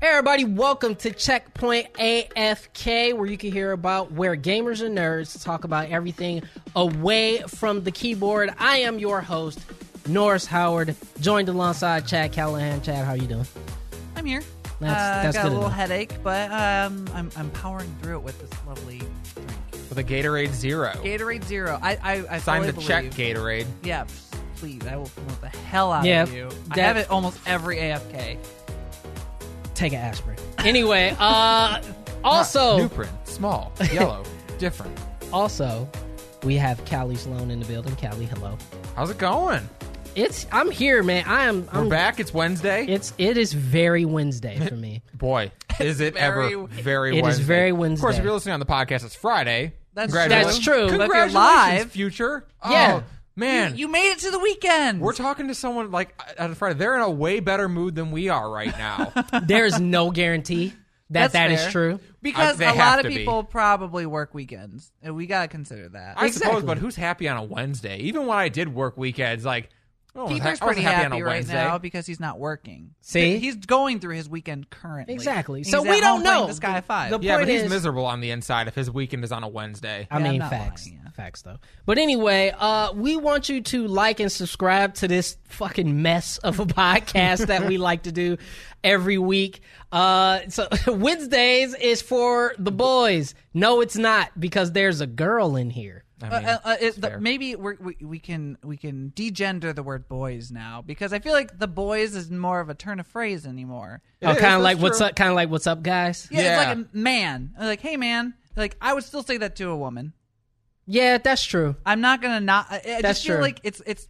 Hey everybody, welcome to Checkpoint AFK, where you can hear about where gamers and nerds talk about everything away from the keyboard. I am your host, Norris Howard, joined alongside Chad Callahan. Chad, how you doing? I'm here. That's- uh, that's got good a little enough. headache, but um, I'm, I'm powering through it with this lovely drink. with a Gatorade Zero. Gatorade Zero. I I, I it's time fully to believe. check Gatorade. Yeah, please. I will promote the hell out Yeah, of you. I that- have it almost every AFK. Take an aspirin. Anyway, uh, Huh, new also, print, small, yellow, different. also, we have Callie Sloan in the building. Callie, hello. How's it going? It's I'm here, man. I am. We're I'm, back. It's Wednesday. It's Um, it is very Wednesday for me. Boy, is it Very- ever very? It is Wednesday. very Of course, Wednesday. if you're listening on the podcast, it's Friday. That's Congratulations. That's true. But if you're Congratulations, live- future. Yeah. Oh, man. You made it to the weekend. we're talking to someone like on Friday. They're in a way better mood than we are right now. There is no guarantee that That's that is fair. true. because they a have lot of to be. people probably work weekends, and we gotta consider that. I Exactly. suppose, but who's happy on a Wednesday? Even when I did work weekends, like oh, I Keeper's was pretty happy, on a right Wednesday. now because he's not working. See? he's going through his weekend currently. Exactly. He's So at we don't home playing know. This guy The- five. the yeah, but Point he's is- miserable on the inside if his weekend is on a Wednesday. I Yeah, I'm mean, not facts. lying, yeah. Facts, though. But anyway, uh, we want you to like and subscribe to this fucking mess of a podcast that we like to do every week. Uh, so Wednesdays is for the boys. No, it's not because there's a girl in here. Oh, I mean, Uh, uh, uh, it- the- fair. maybe we're, we we can we can degender the word boys now because I feel like the boys is more of a turn of phrase anymore. Oh, kind is, of that's like what's true. up? Kind of like what's up, guys? Yeah, Yeah. it's like a man. Like, hey man. Like, I would still say that to a woman. Yeah, that's true. I'm not gonna not. I, I That's just feel true. like it's it's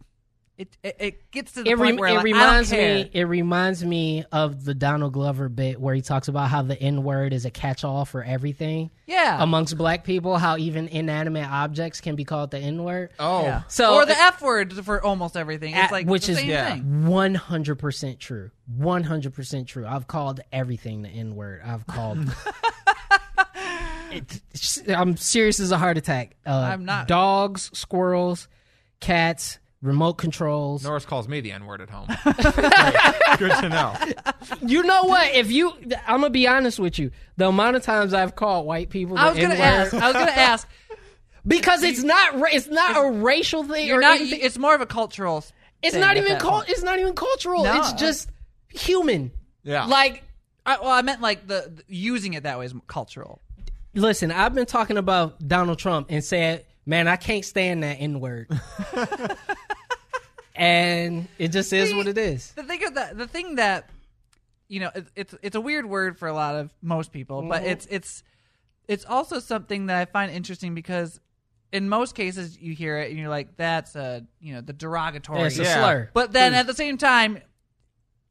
it it, it gets to the It, point rem- where it like, reminds I don't care. me. It reminds me of the Donald Glover bit where he talks about how the N word is a catch-all for everything Yeah. amongst Black people. How even inanimate objects can be called the N word. oh, yeah. So- or the F word for almost everything. It's At- like which the is- same Yeah. thing. One hundred percent true. One hundred percent true. I've called everything the N word. I've called. It- I'm serious as a heart attack. Uh, I'm not. Dogs, squirrels, cats, remote controls. Norris calls me the N word at home. Great. Good to know. You know what? If you, I'm gonna be honest with you. The amount of times I've called white people, the I was gonna N-word, ask. I was gonna ask. because it's not, ra- it's not a racial thing. You're or not. anything. It's more of a cultural. s- It's thing not at even that cult. point. It's not even cultural. No. It's just human. Yeah. Like I, well, I meant like the, the- using it that way is cultural. Listen, I've been talking about Donald Trump and said, man, I can't stand that N word. and it just is what it is. The thing of the the thing that you know it, it's it's a weird word for a lot of most people, but Mm-hmm. it's it's it's also something that I find interesting because in most cases you hear it and you're like that's a you know the derogatory. It's a Yeah. slur. But then at the same time,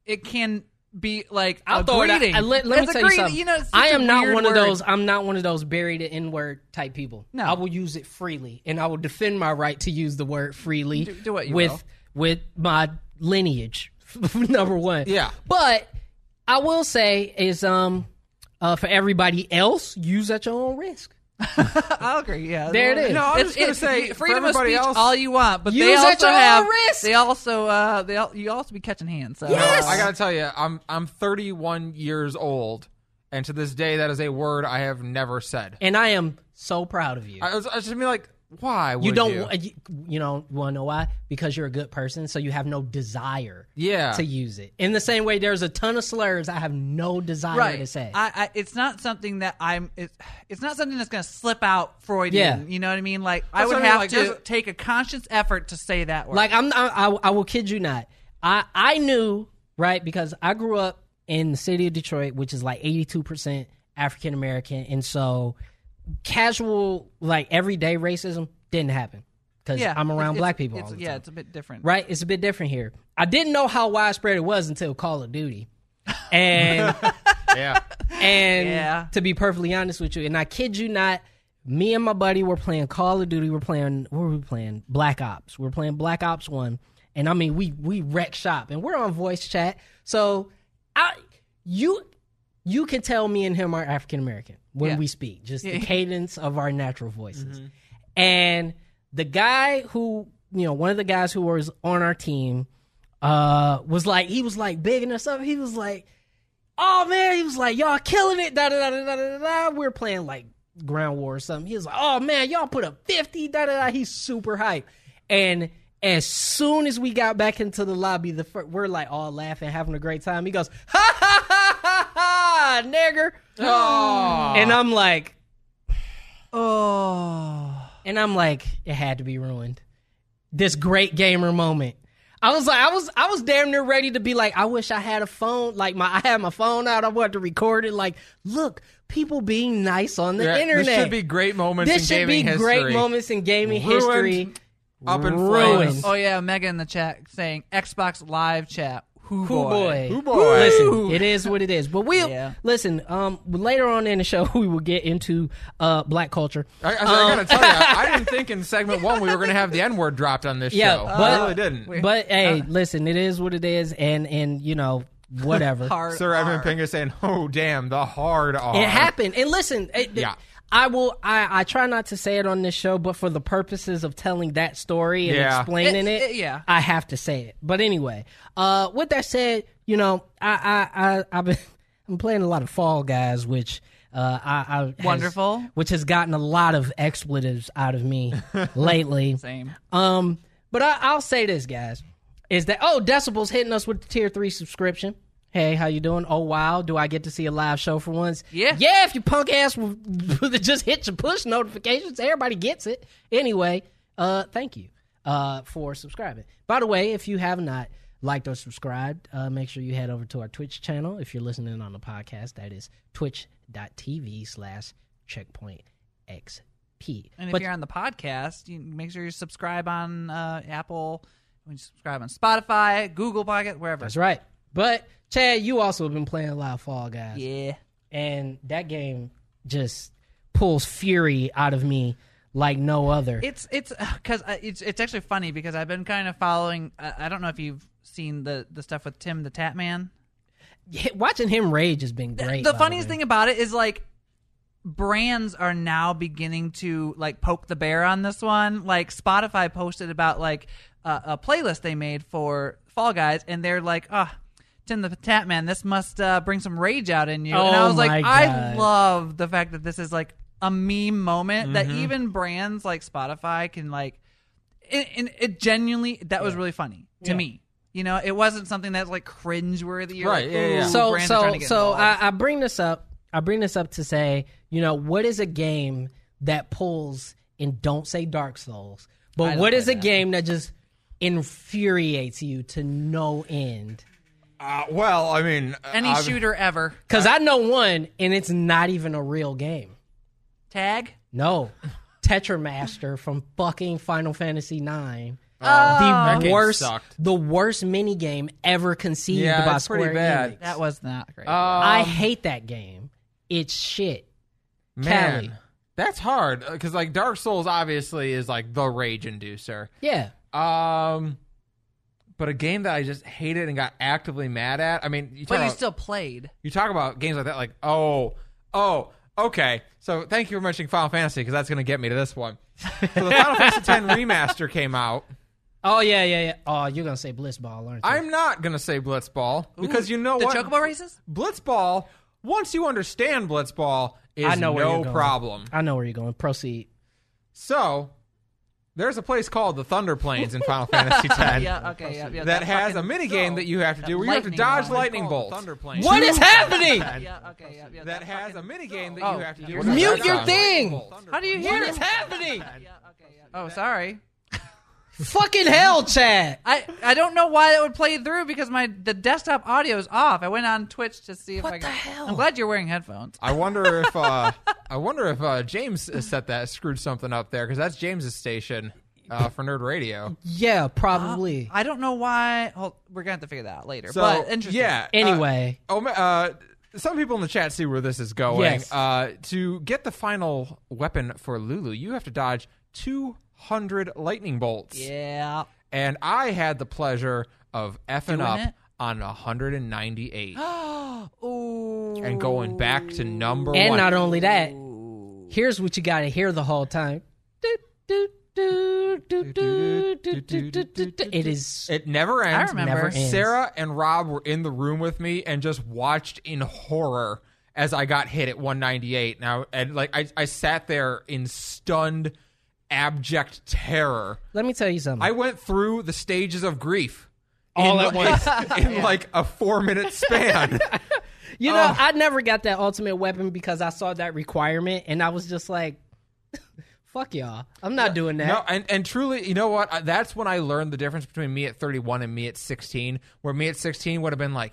it can be like I'll a throw it out. greeting. I- let let me It's a tell you greeting. something. know, it's such I a am not weird one word. of those. I'm not one of those buried N word type people. No. I will use it freely, and I will defend my right to use the word freely. Do- do what you with will. with my lineage. number one. Yeah. But I will say is um uh, for everybody else, use at your own risk. I'll agree. Yeah, There it is. No, I'm just gonna say, for freedom of everybody speech, else- all you want, but they Use at also your own have risk. they also uh they all, you also be catching hands. So, Yes! uh, I gotta tell you, I'm I'm 31 years old, and to this day, that is a word I have never said. And I am so proud of you. I was, I was just gonna be like, why? Would you you don't wa- you, you know want to know why because you're a good person so you have no desire Yeah. to use it in the same way there's a ton of slurs i have no desire right. to say I, I it's not something that I'm it, it's not something that's going to slip out Freudian. Yeah. You know what I mean? Like I That's would what I mean, have like, to there's a- take a conscious effort to say that word. like i'm not, I, I will kid you not i i knew right because i grew up in the city of detroit which is like 82% african american and so casual like everyday racism didn't happen because yeah, i'm it's- around it's- black people it's- all the yeah, time. it's a bit different. right? It's a bit different here. I didn't know how widespread it was until Call of Duty. And yeah. and Yeah. to be perfectly honest with you, and I kid you not, me and my buddy were playing Call of Duty, we're playing what were we playing? Black Ops. We are playing Black Ops 1. And I mean, we we wreck shop and we're on voice chat. So I you you can tell me and him are African American when Yeah. Mm-hmm. we speak, just the cadence of our natural voices. And the guy who, you know, one of the guys who was on our team uh was like he was like bigging us up. He was like, oh man, he was like, y'all killing it. Da, da, da, da, da, da, da. We were playing like Ground War or something. He was like, oh man, y'all put up 50. Da, da, da. He's super hype. And as soon as we got back into the lobby, the fir- we're like all laughing, having a great time. He goes, ha ha ha ha ha, nigger. Oh, And I'm like, Oh. and I'm like, it had to be ruined. This great gamer moment. I was like, I was, I was damn near ready to be like, I wish I had a phone. Like my, I had my phone out. I wanted to record it. Like, look, people being nice on the Yeah, internet. This should be great moments This in should be gaming history. great moments in gaming Ruined. history. Up in Ruined. flames. Oh yeah, Mega in the chat saying Xbox Live chat. Who Cool boy. Who boy? Listen, it is what it is. But we'll Yeah. listen. Um, later on in the show, we will get into uh black culture. I, I, I gotta tell you, Um, I didn't think in segment one we were gonna have the N word dropped on this Yeah, show. but- I really didn't. Wait. But hey, listen, it is what it is, and and you know whatever. Hard Sir Evan R. Pinger saying, "Oh damn, the hard R." It happened. And listen, it, Yeah. I will. I, I try not to say it on this show, but for the purposes of telling that story and Yeah. explaining It- it, it- yeah. I have to say it. But anyway, uh, with that said, you know, I, I, I I've been I'm playing a lot of Fall Guys, which. Uh, I, I has- Wonderful. which has gotten a lot of expletives out of me lately. Same. Um, but I, I'll say this, guys, is that oh Decibel's hitting us with the tier three subscription. Hey, how you doing? Oh wow, do I get to see a live show for once? Yeah. yeah. If you punk ass w- just hit your push notifications, everybody gets it anyway. Uh, thank you uh for subscribing. By the way, if you have not liked or subscribed, uh, make sure you head over to our Twitch channel. If you're listening on the podcast, that is twitch.tv slash checkpoint xp. And if But- you're on the podcast, you make sure you subscribe on uh, Apple. When you subscribe on Spotify, Google Pocket, wherever. That's right. But Chad, you also have been playing a lot of Fall Guys, Yeah. and that game just pulls fury out of me like no other. It's it's because it's it's actually funny because I've been kind of following. uh, I, I don't know if you've seen the the stuff with Tim the Tap Man. H- Watching him rage has been great. by the funniest way. thing about it is like brands are now beginning to like poke the bear on this one like spotify posted about like a a playlist they made for fall guys and they're like oh tim the tap man this must uh, bring some rage out in you and i Oh was like my i God. love the fact that this is like a meme moment that Mm-hmm. even brands like spotify can like and, and it genuinely that was really funny to Yeah. me you know it wasn't something that's like cringe worthy Right, yeah, yeah. so so so I, I bring this up. I bring this up to say, you know, what is a game that pulls and don't say Dark Souls, but what is a game that just infuriates you to no end? Uh, well, I mean, uh, any I've- shooter ever Because I know one, and it's not even a real game. tag No. Tetramaster from fucking Final Fantasy IX. Oh. that the game worst, sucked. the worst minigame ever conceived Yeah, by it's pretty Square bad. Enix. that was not great I Um, hate that game. It's shit. man, Cali. that's hard because like Dark Souls obviously is like the rage inducer. Yeah. Um, but a game that I just hated and got actively mad at. I mean, you talk but you about, still played you talk about games like that, like oh, oh, okay. So thank you for mentioning Final Fantasy because that's gonna get me to this one. so the Final Fantasy X remaster came out. Oh yeah, yeah, yeah. Oh, you're gonna say Blitzball, aren't you? I'm not gonna say Blitzball because you know the what? chocobo races Blitzball. Once you understand Blitzball, is I know where no you're going. problem. I know where you're going. Proceed. So there's a place called the Thunder Plains in Final Fantasy X. yeah okay yeah, yeah That has a mini game that you have to do where you have to lightning dodge round. lightning bolts. What is happening? yeah okay yeah, yeah That has a mini game that Oh, you have to yeah. do. Mute where you have to your dodge thing! lightning bolts. how do you hear What it is happening? oh sorry Fucking hell, Chad. I, I don't know why that would play through because my the desktop audio is off. I went on Twitch to see if What I the could. hell? I'm glad you're wearing headphones. I wonder if uh, I wonder if uh, James set that screwed something up there because that's James's station uh, for Nerd Radio. Yeah, probably. I don't know why. Hold, we're gonna have to figure that out later. So but interesting. yeah. uh, anyway. Oh, ma- uh, some people in the chat see where this is going. Yes. Uh, to get the final weapon for Lulu, you have to dodge 200 lightning bolts. Yeah. And I had the pleasure of effing Doing up it? on 198 Ooh. and going back to number And one. not only that, here's what you got to hear the whole time. Do, do, do, do, do, It is. It never I ends. remember. Never ends. Sarah and Rob were in the room with me and just watched in horror as I got hit at 198. Now and like I, I sat there in stunned, abject terror. Let me tell you something. I went through the stages of grief All in, at like- in like a four minute span. You oh. know, I never got that ultimate weapon because I saw that requirement and I was just like, fuck y'all. I'm not doing that. Eh? No, and, and truly, you know what? I- That's when I learned the difference between me at 31 and me at 16, where me at 16 would have been like,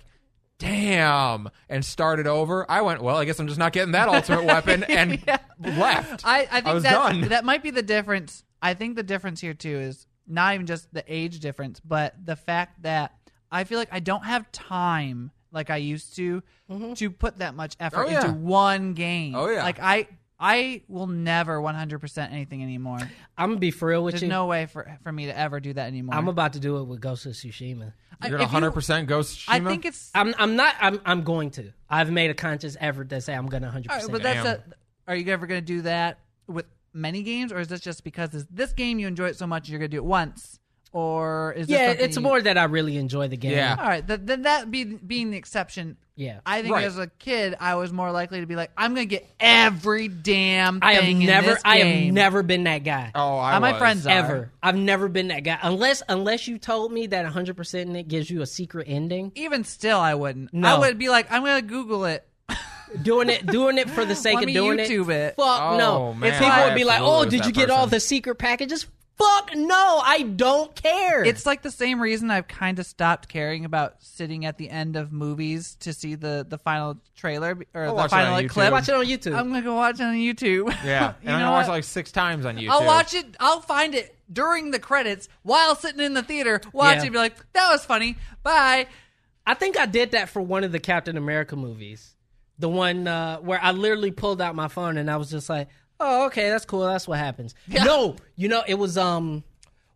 damn, and started over. I went, well, I guess I'm just not getting that ultimate weapon and left. I, I think was that done. that might be the difference. I think the difference here too is not even just the age difference, but the fact that I feel like I don't have time like I used to Mm-hmm. to put that much effort Oh, yeah. into one game. Oh, yeah. like I I will never 100 percent anything anymore. I'm gonna be for real with There's you. no way for for me to ever do that anymore. I'm about to do it with Ghost of Tsushima. I- You're going if to you- 100% go Tsushima? I think it's I'm I'm not I'm I'm going to. I've made a conscious effort to say I'm gonna 100. All right, percent but that's a, are you ever going to do that with many games, or is this just because this, this game you enjoy it so much you're going to do it once, or is this Yeah, something it's you- more that I really enjoy the game. Yeah. all right? Th- then that be, being the exception. Yeah. I think Right. as a kid, I was more likely to be like, I'm going to get every damn. Thing I have in never this I have game. never been that guy. oh, I Uh, my was. friends- Ever. I've never been that guy. Unless unless you told me that 100 percent it gives you a secret ending. Even still, I wouldn't. No. I would be like, I'm going to Google it. Doing it doing it for the sake Let of me doing YouTube it. Fuck Oh, no. man. It's people I would be like, "Oh, absolutely was did that you get all person. the secret packages?" Fuck no, I don't care. It's like the same reason I've kind of stopped caring about sitting at the end of movies to see the the final trailer be- or I'll the watch it on final YouTube. clip. watch it on YouTube. I'm gonna go watch it on YouTube. Yeah. you And I'm know going to watch what? it like six times on YouTube. I'll watch it. I'll find it during the credits while sitting in the theater. Watch Yeah. it. and Be like, that was funny. Bye. I think I did that for one of the Captain America movies. The one uh, where I literally pulled out my phone and I was just like, "Oh, okay, that's cool. That's what happens." No, you know, it was um,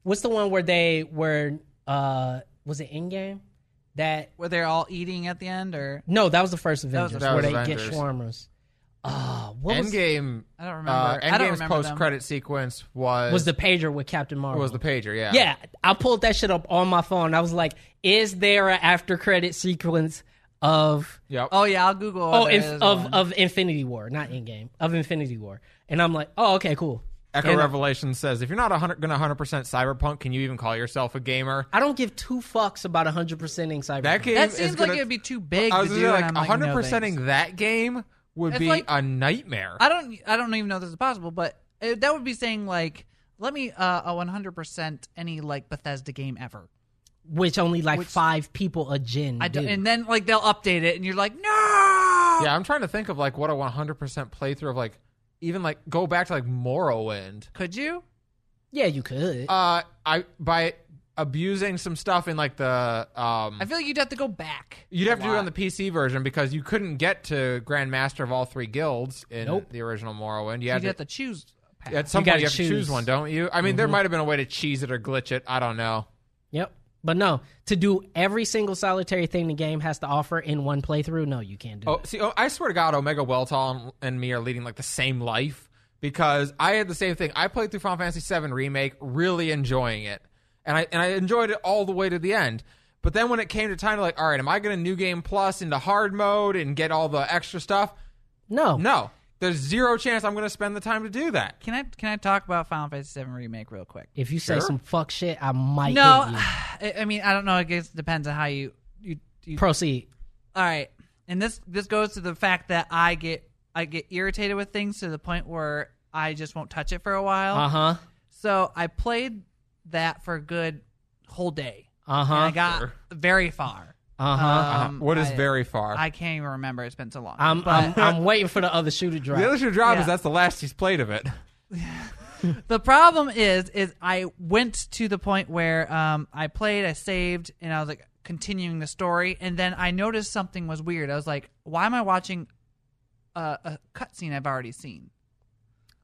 what's the one where they were uh, was it in game? That Were they all eating at the end, or no, that was the first Avengers That where was they Avengers. get shawarmas. Uh, what was Endgame. I don't remember. Uh, I don't Endgame's remember them. post credit sequence was, was the pager with Captain Marvel? was the pager, yeah. yeah, I pulled that shit up on my phone. I was like, "Is there a after credit sequence of?" Yep. oh yeah, I'll Google. Oh, there inf- is of one. of Infinity War, not in game of Infinity War, and I'm like, oh, okay, cool. Echo And Revelation says, if you're not 100, going to 100% cyberpunk, can you even call yourself a gamer? I don't give two fucks about 100 percent in Cyberpunk. That game that is seems gonna- like it'd be too big I to was do. gonna and say, like I'm like, no, 100 percenting thanks. that game would It's be like- a nightmare. I don't. I don't even know this is possible, but uh that would be saying like, let me uh, a 100 percent any like Bethesda game ever. which only like five people a gen I do. don't, and then like they'll update it, and you're like, no. yeah, I'm trying to think of like what a 100 percent playthrough of like even like go back to like Morrowind. Could you? yeah, you could. Uh, I by abusing some stuff in like the um. I feel like you'd have to go back. You'd have a to do it lot. on the PC version because you couldn't get to Grandmaster of all three guilds in Nope. the original Morrowind. You You'd had have to, to choose. a path. at some You point gotta you have to choose choose. one, don't you? I mean, there Mm-hmm. might have been a way to cheese it or glitch it. I don't know. yep. But no, to do every single solitary thing the game has to offer in one playthrough, no, you can't do Oh, it. see, oh, I swear to God, Omega Welltall and, and me are leading like the same life because I had the same thing. I played through Final Fantasy VII Remake, really enjoying it, and I and I enjoyed it all the way to the end. But then when it came to time to like, all right, am I going to New Game Plus into hard mode and get all the extra stuff? No, No, there's zero chance I'm going to spend the time to do that. Can I can I talk about Final Fantasy VII remake real quick? If you say Sure. some fuck shit, I might No, hit you. I, I mean I don't know. I guess it depends on how you you. you Proceed. all right, and this this goes to the fact that I get I get irritated with things to the point where I just won't touch it for a while. Uh-huh. Uh huh. So I played that for a good whole day, Uh and I huh. got Sure. very far. Uh huh. Um, Uh-huh. what is I- very far? I can't even remember. It's been so long. I'm, I'm I'm waiting for the other shoe to drop. the other shoe drop Yeah. is that's the last he's played of it. The problem is, is I went to the point where um, I played, I saved, and I was like continuing the story, and then I noticed something was weird. I was like, "Why am I watching a, a cutscene I've already seen?"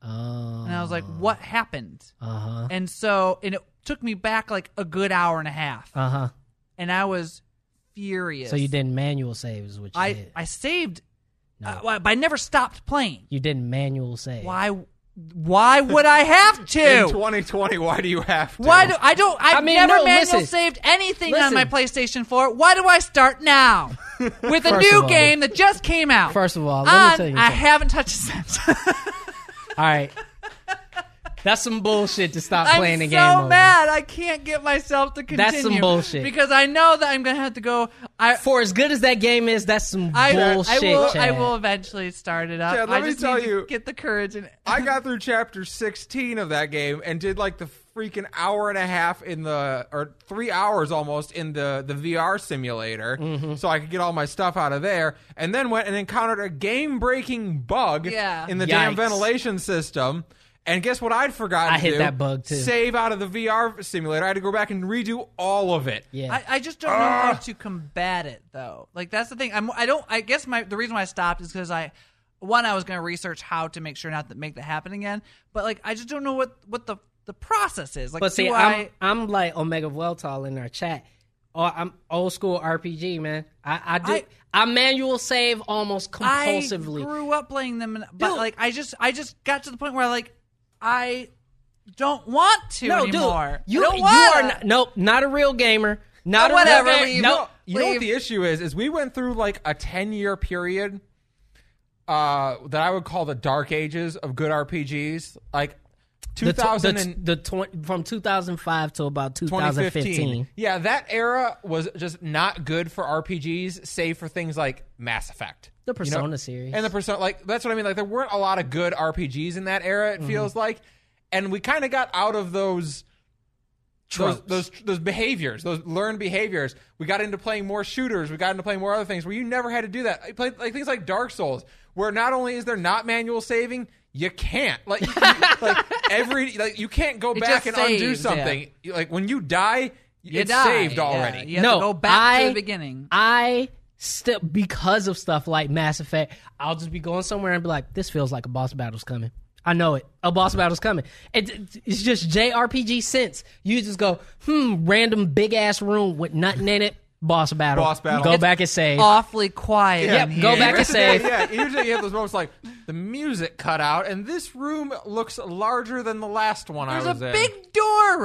And I was like, "What happened?" uh huh. And so, and it took me back like a good hour and a half, Uh huh. and I was furious. So you didn't manual save is what you I did. I saved, uh, but I never stopped playing. You didn't manual save. Why? Why would I have In to? 2020, why do you have to? Why do I don't? I've I mean, never no, manual listen. saved anything on Listen. my PlayStation 4. Why do I start now with a First new of all- game that just came out? First of all, let me And tell you I something. haven't touched it since. All right. That's some bullshit to stop I'm playing the so game. over. mad. I can't get myself to continue. That's some bullshit. Because I know that I'm gonna have to go. I For as good as that game is, that's some I, bullshit. I will. I Chad. will eventually start it up. Chad, I let me just tell need to you- get the courage and. I got through chapter 16 of that game and did like the freaking hour and a half in the or 3 hours almost in the the VR simulator so I could get all my stuff out of there and then went and encountered a game-breaking bug Yeah. in the damn Yikes. ventilation system. And guess what I'd forgotten I hit to? that bug, too. Save out of the VR simulator. I had to go back and redo all of it. Yeah. I, I just don't know how Ah. to combat it though. Like that's the thing. I'm I don't I guess my the reason why I stopped is because I one I was going to research how to make sure not to make that happen again. But like I just don't know what what the the process is. Like But see, do I'm I I'm like Omega Vueltal in our chat. Oh, I'm old school RPG man. I, I do. I- I, manual save almost I compulsively. grew up playing them, and, but Dude. like I just I just got to the point where like I don't want to anymore. dude, you I don't you wanna. are not, nope, not a real gamer. Not Oh, a whatever, Real leave. gamer. No. Nope. You know what Leave. the issue is? Is we went through like a ten year period uh, that I would call the dark ages of good RPGs, like The, two tw- the, thousand t- and the tw- from 2005 to about 2015. 2015. Yeah, that era was just not good for RPGs, save for things like Mass Effect. The Persona series. And the persona like that's what I mean. Like there weren't a lot of good RPGs in that era, Mm-hmm. it feels like. And we kind of got out of those those, Tropes. those those behaviors, those learned behaviors. We got into playing more shooters. We got into playing more other things where you never had to do that. I played like things like Dark Souls, where not only is there not manual saving, you can't like, you- like every like you can't go back just and undo saves, yeah. something. You- Like when you die, You it's die. saved Yeah, already. You have No, to go back to I- the beginning. I still because of stuff like Mass Effect, I'll just be going somewhere and be like, "This feels like a boss battle's coming." I know it. A boss battle's coming. It, it's just JRPG sense. You just go, hmm, random big ass room with nothing in it. Boss battle. Boss battle. Go It's back and save. Awfully quiet. Yep, in go here. back and save. yeah, usually you have those moments like the music cut out, and this room looks larger than the last one There's I a was in. big Hmm. door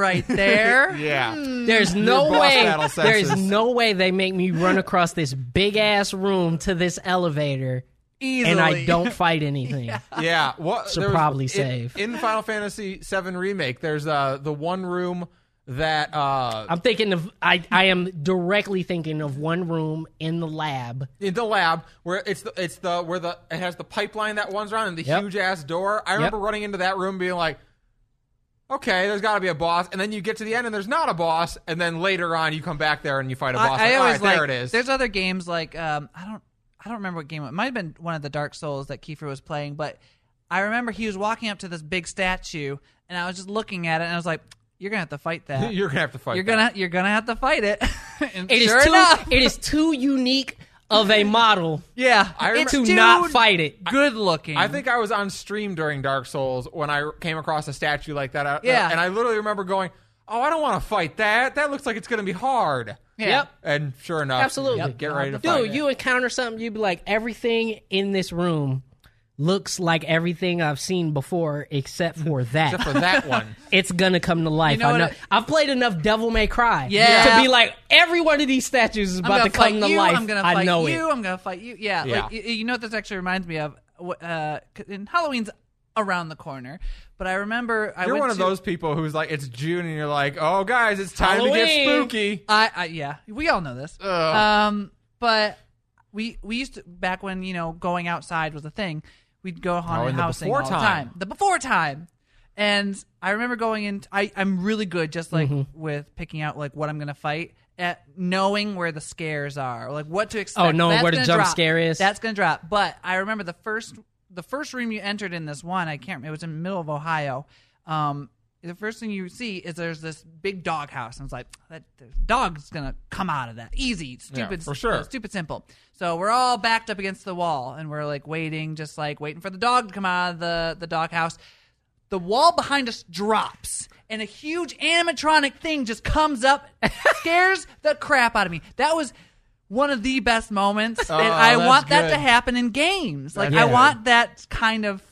right there. yeah. There's no boss way. battle There is senses. no way they make me run across this big ass room to this elevator Easily. and I don't fight anything. yeah. What So there probably in, save. in Final Fantasy VII remake. There's uh the one room that uh I'm thinking of I, I am directly thinking of one room in the lab. in the lab where it's the it's the where the it has the pipeline that runs around and the Yep. huge ass door. I remember running into that room being like. Okay, there's got to be a boss, and then you get to the end, and there's not a boss, and then later on you come back there and you fight a boss. I, I always Like, all right, like, there it is. There's other games like um, I don't I don't remember what game it might have been one of the Dark Souls that Kiefer was playing, but I remember he was walking up to this big statue and I was just looking at it and I was like, "You're gonna have to fight that. You're gonna have to fight. You're that. gonna you're gonna have to fight it." and It is sure too. enough, It is too unique of a model yeah, I remember- it's to too not fight it. Good looking. I think I was on stream during Dark Souls when I came across a statue like that. I- uh, Yeah. And I literally remember going, Oh, I don't want to fight that. That looks like it's going to be hard. Yeah. Yep. And sure enough, Absolutely. you get ready to fight. Dude, you encounter something, you'd be like, everything in this room looks like everything I've seen before, except for that. Except for that one. it's gonna come to life. know I what know. I- I've played enough Devil May Cry Yeah. to be like, every one of these statues is I'm about to gonna come fight to you, life. I'm gonna I fight know you. it. I'm gonna fight you. Yeah, Yeah. Like, y- y- you know what this actually reminds me of? Wh- Uh, c- and Halloween's around the corner, but I remember I You're went one of to- those people who's like, It's June, and you're like, Oh, guys, it's time to get Halloween. spooky. I, I yeah, we all know this. Um, but we we used to back when you know going outside was a thing. We'd go Oh, haunted in the housing before all the time. time. The before time, and I remember going in. I I'm really good just like Mm-hmm. with picking out like what I'm gonna fight. At knowing where the scares are, like what to expect. Oh, knowing That's where the gonna jump drop. scare is. That's gonna drop. But I remember the first the first room you entered in this one. I can't. It was in the middle of Ohio. Um, the first thing you see is there's this big dog house, and it's like that the dog's gonna come out of that easy, stupid, for sure. stupid simple. So we're all backed up against the wall, and we're like waiting, just like waiting for the dog to come out of the the dog house. The wall behind us drops, and a huge animatronic thing just comes up, scares the crap out of me. That was one of the best moments, and I that's want that good. to happen in games. Like That's I good. want that kind of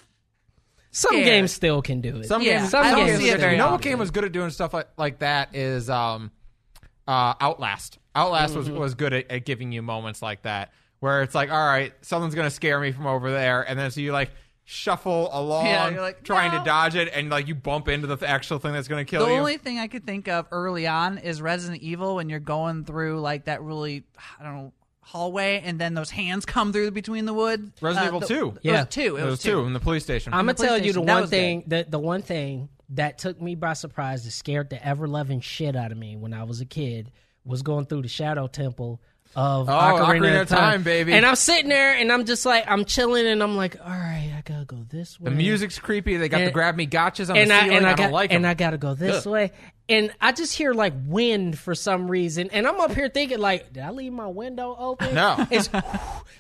Some scared. games still can do it. Some Yeah, games, I some don't games see are it good. very You know what often. game was good at doing stuff like, like that is um, uh, Outlast. Outlast was, was good at, at giving you moments like that where it's like, all right, something's gonna scare me from over there, and then so you like shuffle along, Yeah, you're like, trying "No." to dodge it, and like you bump into the th- actual thing that's gonna kill The you. only thing I could think of early on is Resident Evil when you're going through like that really I don't know hallway and then those hands come through between the wood. Resident Uh, Evil the- 2. It Yeah. was two. It There was, was two. in the police station. I'm gonna the tell you the PlayStation, that one was good. thing the, the one thing that took me by surprise that scared the ever loving shit out of me when I was a kid was going through the shadow temple of Oh, Ocarina, Ocarina of of Time. Time, baby. And I'm sitting there and I'm just like I'm chilling and I'm like, all right, I gotta go this way. the music's creepy. They got And- the grab me gotchas on and the I ceiling. and I, don't got, like and them. I gotta go this way. And I just hear like wind for some reason, and I'm up here thinking like, did I leave my window open? No. it's.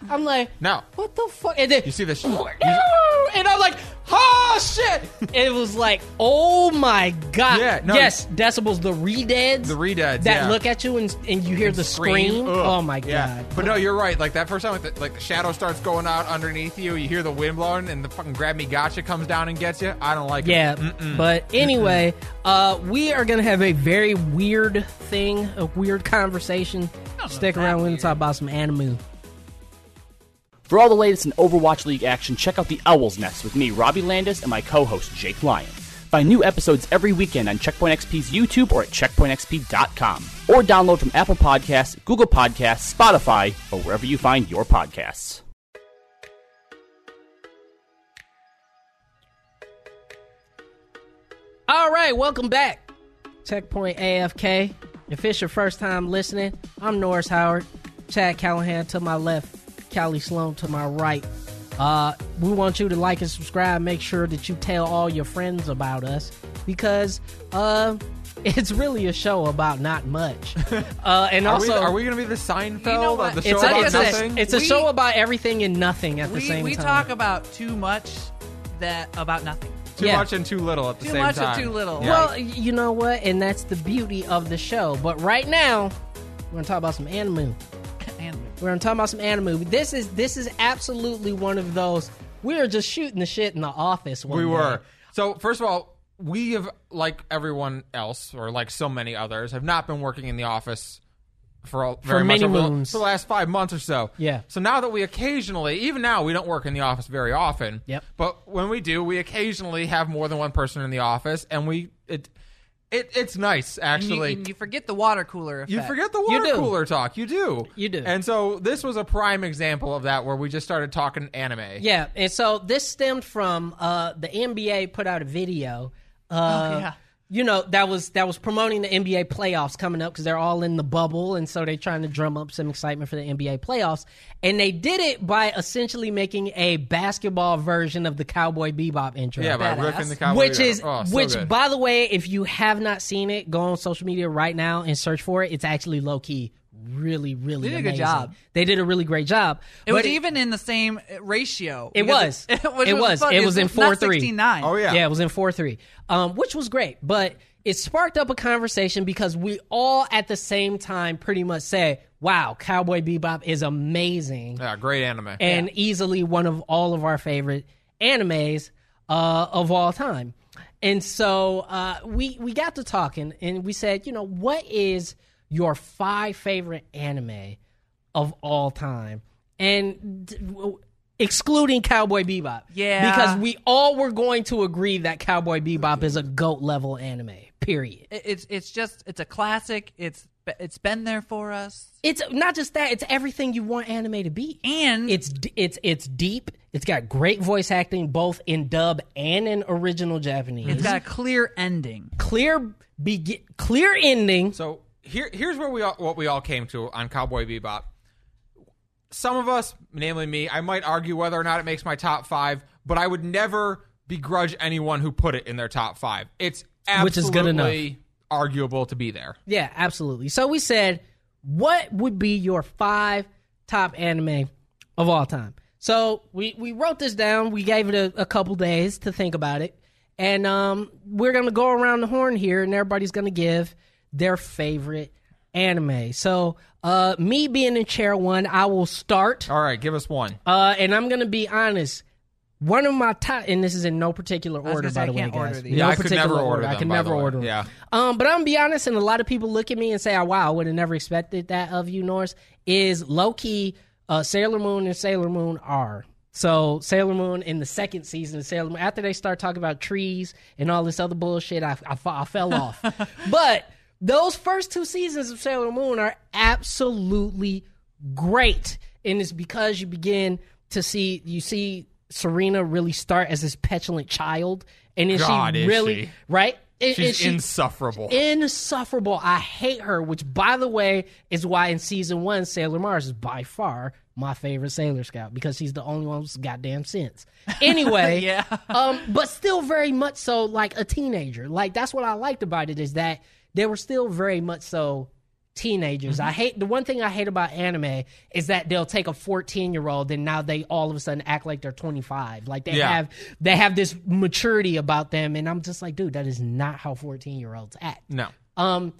I'm like, No. What the fuck? And then you see the sh- and I'm like, oh shit! it was like, oh my god. Yeah, no, yes, decibels, the redeads, The redeads, that yeah. look at you and, and you hear the scream. Ugh. Oh my Yeah. god. But no, you're right. Like that first time, like the, like the shadow starts going out underneath you. You hear the wind blowing, and the fucking grab me gotcha comes down and gets you. I don't like Yeah, it. but anyway, uh, we are gonna have a very weird thing, a weird conversation. Stick around, we're gonna talk about some anime. For all the latest in Overwatch League action, check out The Owl's Nest with me, Robbie Landis, and my co host, Jake Lyon. Find new episodes every weekend on Checkpoint XP's YouTube or at checkpointxp.com. Or download from Apple Podcasts, Google Podcasts, Spotify, or wherever you find your podcasts. All right, welcome back. Checkpoint AFK. If it's your first time listening, I'm Norris Howard. Chad Callahan to my left, Callie Sloan to my right. Uh, we want you to like and subscribe. Make sure that you tell all your friends about us because uh, it's really a show about not much. Uh, and Are, also, we, are we gonna be the Seinfeld know of what? the show it's, It's a, about it's, nothing? a, it's a We- show about everything and nothing at the We same we time. talk about too much that about nothing. too yeah. much and too little at the Too same much and time. too little. Yeah. Well, y- you know what? And that's the beauty of the show. But right now, we're going to talk about some anime. And We're going to talk about some anime. This is this is absolutely one of those we were just shooting the shit in the office. One we day. were. So first of all, we have like everyone else, or like so many others, have not been working in the office for all, very many much over the- moons. for the last five months or so. Yeah. So now that we occasionally, even now, we don't work in the office very often. Yep. But when we do, we occasionally have more than one person in the office, and we it it it's nice you, actually. and you forget the water cooler effect. You forget the water do. cooler talk. You do. You do. And so this was a prime example of that, where we just started talking anime. Yeah, and so this stemmed from uh, the NBA put out a video. Uh, Oh, yeah. You know that was that was promoting the NBA playoffs coming up because they're all in the bubble, and so they're trying to drum up some excitement for the NBA playoffs. And they did it by essentially making a basketball version of the Cowboy Bebop intro. Yeah, by Badass. ripping the cowboy. which is oh, so which good. by the way if you have not seen it go on social media right now and search for it it's actually low-key really really did a good amazing. job. they did a really great job It was But even in the same ratio. It because- was. which It was. fun. It was in It's 4-3. not 69. Oh yeah. it was in 4 3, um, which was great. But it sparked up a conversation because we all at the same time pretty much say, wow, Cowboy Bebop is amazing Yeah, great anime. and easily one of all of our favorite animes uh, of all time. And so uh, we we got to talking, and we said, you know, what is your five favorite anime of all time, and d- w- excluding Cowboy Bebop, Yeah. because we all were going to agree that Cowboy Bebop is a goat level anime. Period. It- it's it's just it's a classic. It's it's been there for us, It's not just that; it's everything you want anime to be. and It's d- it's it's deep. It's got great voice acting, both in dub and in original Japanese. it's got a clear ending. clear begi- clear ending. So here, here's where we all, what we all came to on Cowboy Bebop. Some of us, namely me, I might argue whether or not it makes my top five, but I would never begrudge anyone who put it in their top five. It's absolutely Which is good enough. arguable to be there. Yeah, absolutely. So we said, what would be your five top anime of all time? So we we wrote this down. We gave it a, a couple days to think about it, and um, we're gonna go around the horn here, and everybody's gonna give their favorite anime. So uh, me being in chair one, I will start. All right, give us one. Uh, and I'm gonna be honest. One of my top, and this is in no particular was order, gonna say, by I the way, can't order guys. these. no Yeah, I could particular never order I them, can by the never way. order them. Yeah. Um, but I'm gonna be honest, and a lot of people look at me and say, oh, "Wow, I would have never expected that of you." Norse is low key. Uh, Sailor Moon and Sailor Moon are so Sailor Moon in the second season of Sailor Moon. After they start talking about trees and all this other bullshit, I I, fa- I fell off. but those first two seasons of Sailor Moon are absolutely great, and it's because you begin to see you see Serena really start as this petulant child, and then God, she is really she. right. And- and She's she- insufferable. insufferable. I hate her, which by the way is why in season one Sailor Mars is by far my favorite Sailor Scout because she's the only one with goddamn sense. Anyway, Yeah. um, but still very much so like a teenager. Like that's what I liked about it is that they were still very much so teenagers. Mm-hmm. I hate the one thing I hate about anime is that they'll take a 14 year old and now they all of a sudden act like they're 25. Like they Yeah. have they have this maturity about them and I'm just like, dude, that is not how 14 year olds act. no. Um,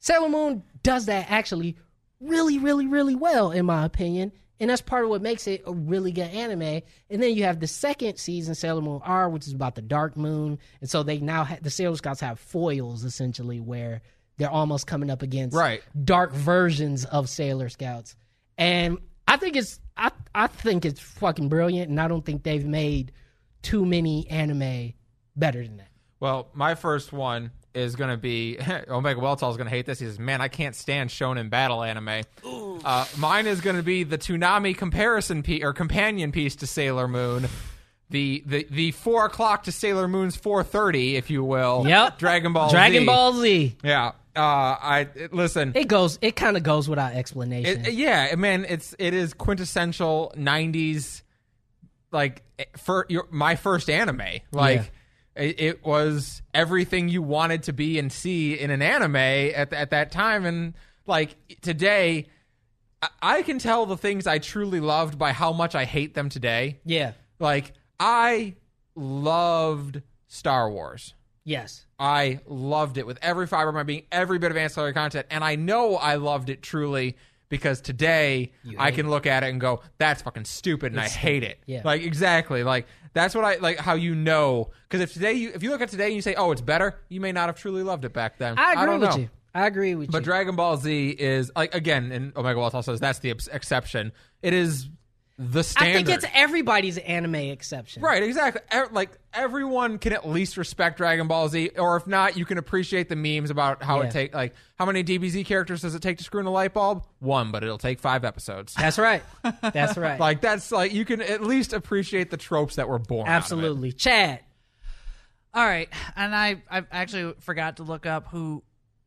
Sailor Moon does that actually really, really, really well, in my opinion. And that's part of what makes it a really good anime. And then you have the second season, Sailor Moon R, which is about the Dark Moon. And so they now ha- the Sailor Scouts have foils essentially, where they're almost coming up against Right. dark versions of Sailor Scouts. And I think it's I I think it's fucking brilliant. And I don't think they've made too many anime better than that. Well, my first one is going to be Omega Welltall is going to hate this. He says, "Man, I can't stand shonen battle anime." Uh, mine is going to be the Toonami comparison piece or companion piece to Sailor Moon. The, the the four o'clock to Sailor Moon's four thirty, if you will. Yep. Dragon Ball. Dragon Z. Ball Z. Yeah. Uh, I it- listen. It goes. It kind of goes without explanation. It, yeah, man, it's it is quintessential '90s, like for your my first anime. Like it, it was everything you wanted to be and see in an anime at at that time, and like today, I, I can tell the things I truly loved by how much I hate them today. yeah. Like I loved Star Wars. Yes. I loved it with every fiber of my being, every bit of ancillary content, and I know I loved it truly because today I can look at it and go, "That's fucking stupid," and I hate it. yeah. Like exactly, like that's what I like. How you know? Because if today you if you look at today and you say, "Oh, it's better," you may not have truly loved it back then. I agree don't with know. you. I agree with But you. Dragon Ball Z is like again, and Omega Wall says that's the ex- exception. It is the I standard. think it's everybody's anime exception. Right, exactly. E- Like everyone can at least respect Dragon Ball Z, or if not, you can appreciate the memes about how Yeah. it take. Like, how many DBZ characters does it take to screw in a light bulb? One, but it'll take five episodes. That's right. That's right. like that's like you can at least appreciate the tropes that were born. out of it. Absolutely, Chad. All right, and I I actually forgot to look up who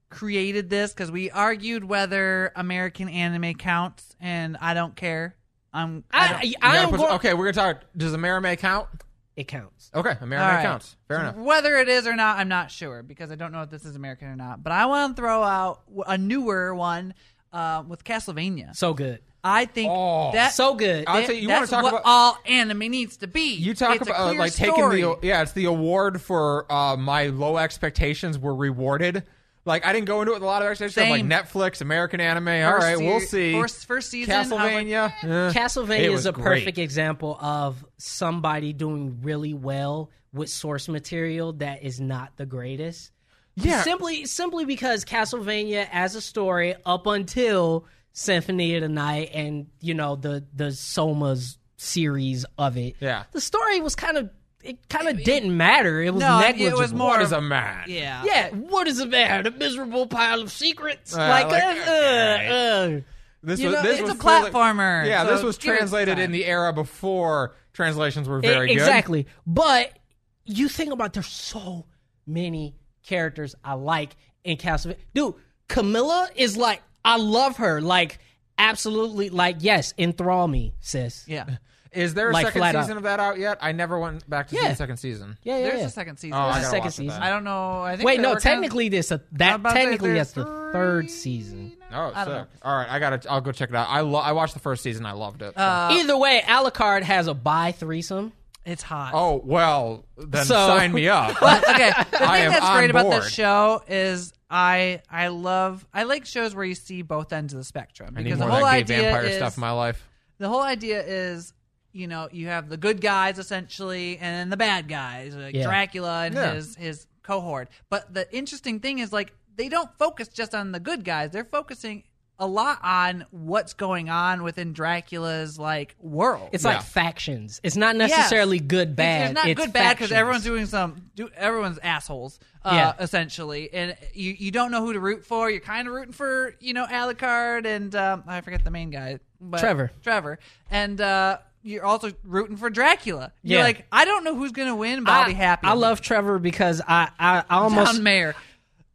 created this because we argued whether American anime counts, and I don't care. I'm I I, You I, gotta am put- going. okay, we're gonna talk. Does Amerime count? It counts. Okay, Amerime All right. counts. Fair enough. Whether it is or not, I'm not sure because I don't know if this is American or not. But I want to throw out w- a newer one uh, with Castlevania. So good. I think Oh. that So good. I- I'd say you wanna that's talk what about- all anime needs to be. You talk It's a about uh, clear like story. taking the yeah, it's the award for uh, my low expectations were rewarded. Like I didn't go into it with a lot of expectations. I'm Same. like Netflix, American anime. All right, se- we'll see. first- first season, I was like, Castlevania. eh. It Castlevania was is a great. perfect example of somebody doing really well with source material that is not the greatest. Yeah. Simply simply because Castlevania as a story up until Symphony of the Night and, you know, the the Soma's series of it. Yeah. The story was kind of it kind of didn't matter. It was No, it was negligible. more- What is a man? yeah. yeah, what is it matter? A miserable pile of secrets. Uh, like, like, uh, okay. uh, uh. This You was know, this it's was a clearly- platformer, Yeah, so this was give it translated time. in the era before translations were very E- good. Exactly. But you think about there's so many characters I like in Castlevania. Dude, Camilla is like I love her. Like absolutely like yes, enthrall me, sis. Yeah. Is there a Like, second flat out. season of that out yet? I never went back to see Yeah. the second season. Yeah, yeah. There's yeah. a second season. Oh, I gotta second watch it then. season. I don't know. I think Wait, they no, were kinda- technically this a, I'm that about to say technically there's that's the third season. Oh, I don't sick. all right. I gotta. I'll go check it out. I lo- I watched the first season. I loved it. Uh, Either way, Alucard has a bi threesome. It's hot. oh well, then So- sign me up. okay. The thing I am that's on great about board. this show is I I love I like shows where you see both ends of the spectrum I need because more the of whole that gay idea vampire is stuff in my life. the whole idea is you know, you have the good guys essentially, and then the bad guys, like Yeah. Dracula and Yeah. his his cohort. But the interesting thing is like they don't focus just on the good guys; they're focusing a lot on what's going on within Dracula's like world. It's Yeah. like factions. It's not necessarily good bad. It's, it's not good bad because factions. everyone's doing some. Do, everyone's assholes, uh, Yeah. essentially, and you you don't know who to root for. You're kind of rooting for you know Alucard and um, I forget the main guy, but Trevor. Trevor, and uh, you're also rooting for Dracula. You're Yeah. like, I don't know who's gonna win, but I, will be happy. I love Trevor because I I, I almost Town Mayor.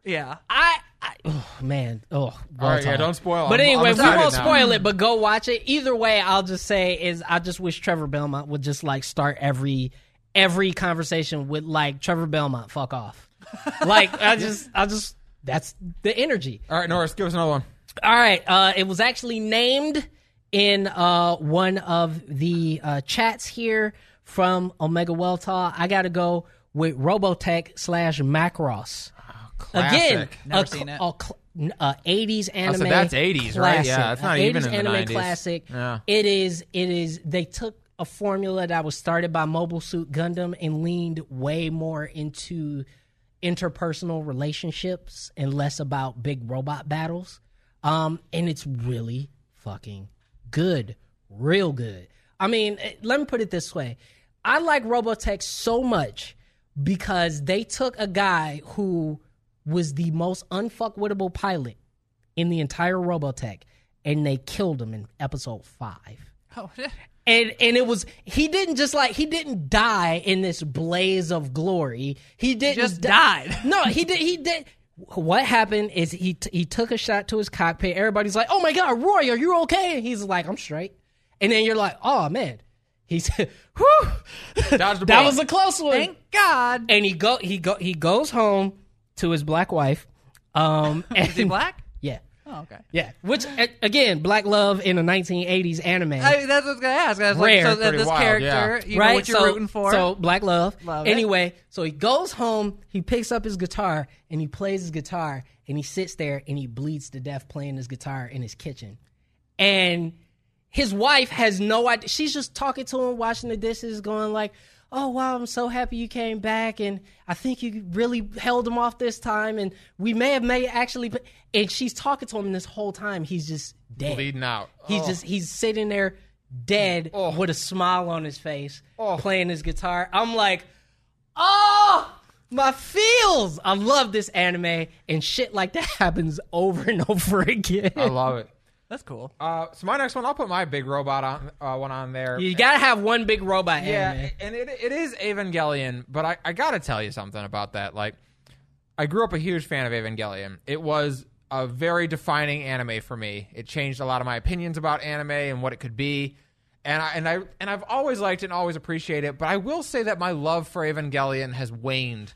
Yeah, I, I oh, man, oh, All right, yeah, Voltron. don't spoil. But I'm- anyway, I'm we excited won't now. spoil it. But go watch it. Either way, I'll just say is I just wish Trevor Belmont would just like start every every conversation with like Trevor Belmont, fuck off. like I just I just that's the energy. All right, Norris, give us another one. All right. Uh, it was actually named in uh, one of the uh, chats here from Omega Weltaw. I got to go with Robotech slash Macross. Again, Classic. Oh, Never a, seen it. a cl- n- uh, 80s anime. so that's 80s, right? classic. Yeah, it's not A even 80s in the anime 90s. classic. Yeah. It is. It is. They took a formula that was started by Mobile Suit Gundam and leaned way more into interpersonal relationships and less about big robot battles. Um, and it's really fucking good, real good. I mean, eh, let me put it this way: I like Robotech so much because they took a guy who was the most unfuckwittable pilot in the entire Robotech, and they killed him in episode five. Oh, And and it was he didn't just like he didn't die in this blaze of glory. He didn't just di- died. No, he did. He did. What happened is he t- he took a shot to his cockpit. Everybody's like, "Oh my god, Roy, are you okay?" And he's like, "I'm straight." And then you're like, "Oh man," he said, "Whew, Dodge the that bullet. was a close one." Thank God. and he go he go he goes home to his black wife. Um, and, Is he black? Yeah. Oh, okay. Yeah, which a- again, black love in a 1980s anime, I, that's what I was gonna ask. I was Rare. like, so that Pretty this wild, character, you know right? what you're so, rooting for. So black love. Love it. anyway, so he goes home, he picks up his guitar, and he plays his guitar, and he sits there and he bleeds to death playing his guitar in his kitchen, and his wife has no idea. She's just talking to him, washing the dishes, going like, "Oh wow, I'm so happy you came back, and I think you really held him off this time, and we may have may actually." p-" And she's talking to him, and this whole time he's just dead. bleeding out. He's just he's sitting there dead Oh. with a smile on his face, playing his guitar. I'm like, oh, my feels. I love this anime, and shit like that happens over and over again. I love it. that's cool. Uh, so my next one, I'll put my big robot on uh, one on there. You gotta have one big robot Yeah, anime. and it, it is Evangelion, but I, I gotta tell you something about that. Like, I grew up a huge fan of Evangelion. It was a very defining anime for me. It changed a lot of my opinions about anime and what it could be. And I and I and I've always liked it and always appreciated it. But I will say that my love for Evangelion has waned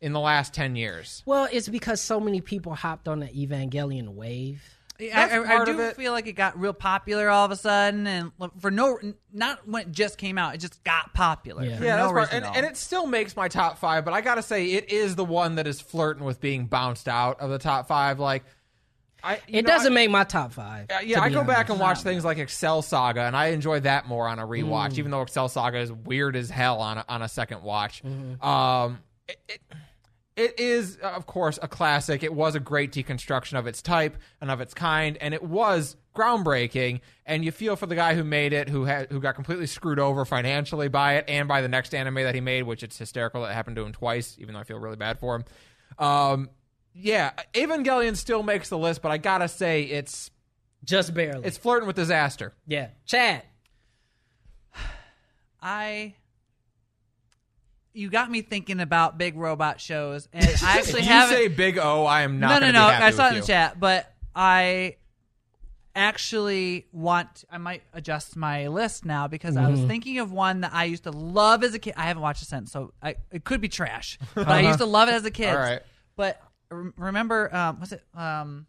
in the last ten years. Well, it's because so many people hopped on the Evangelion wave. Yeah, That's I, I, I part of do it. feel like it got real popular all of a sudden, and like, for no, not when it just came out, it just got popular. Yeah. for Yeah, no that's part, reason and, at all. and it still makes my top five, but I gotta say it is the one that is flirting with being bounced out of the top five. Like, I you It know, I- doesn't make my top five. Uh, Yeah, to yeah I be go back honest. and watch things like Excel Saga, and I enjoy that more on a rewatch, Mm. even though Excel Saga is weird as hell on a, on a second watch. Mm-hmm. Um, it, it, it is, uh, of course, a classic. It was a great deconstruction of its type and of its kind, and it was groundbreaking. And you feel for the guy who made it, who had, who got completely screwed over financially by it, and by the next anime that he made, which it's hysterical that it happened to him twice. Even though I feel really bad for him. Um, yeah, Evangelion still makes the list, but I gotta say it's just barely. it's flirting with disaster. yeah, Chad. I, you got me thinking about big robot shows, and I actually haven't. big O, I am no, no, no. I saw it in the chat, but I actually want. I might adjust my list now because I Mm-hmm. was thinking of one that I used to love as a kid. I haven't watched it since, so I, it could be trash. But I used to love it as a kid. Uh-huh. All right. But rem- remember, um, was it um,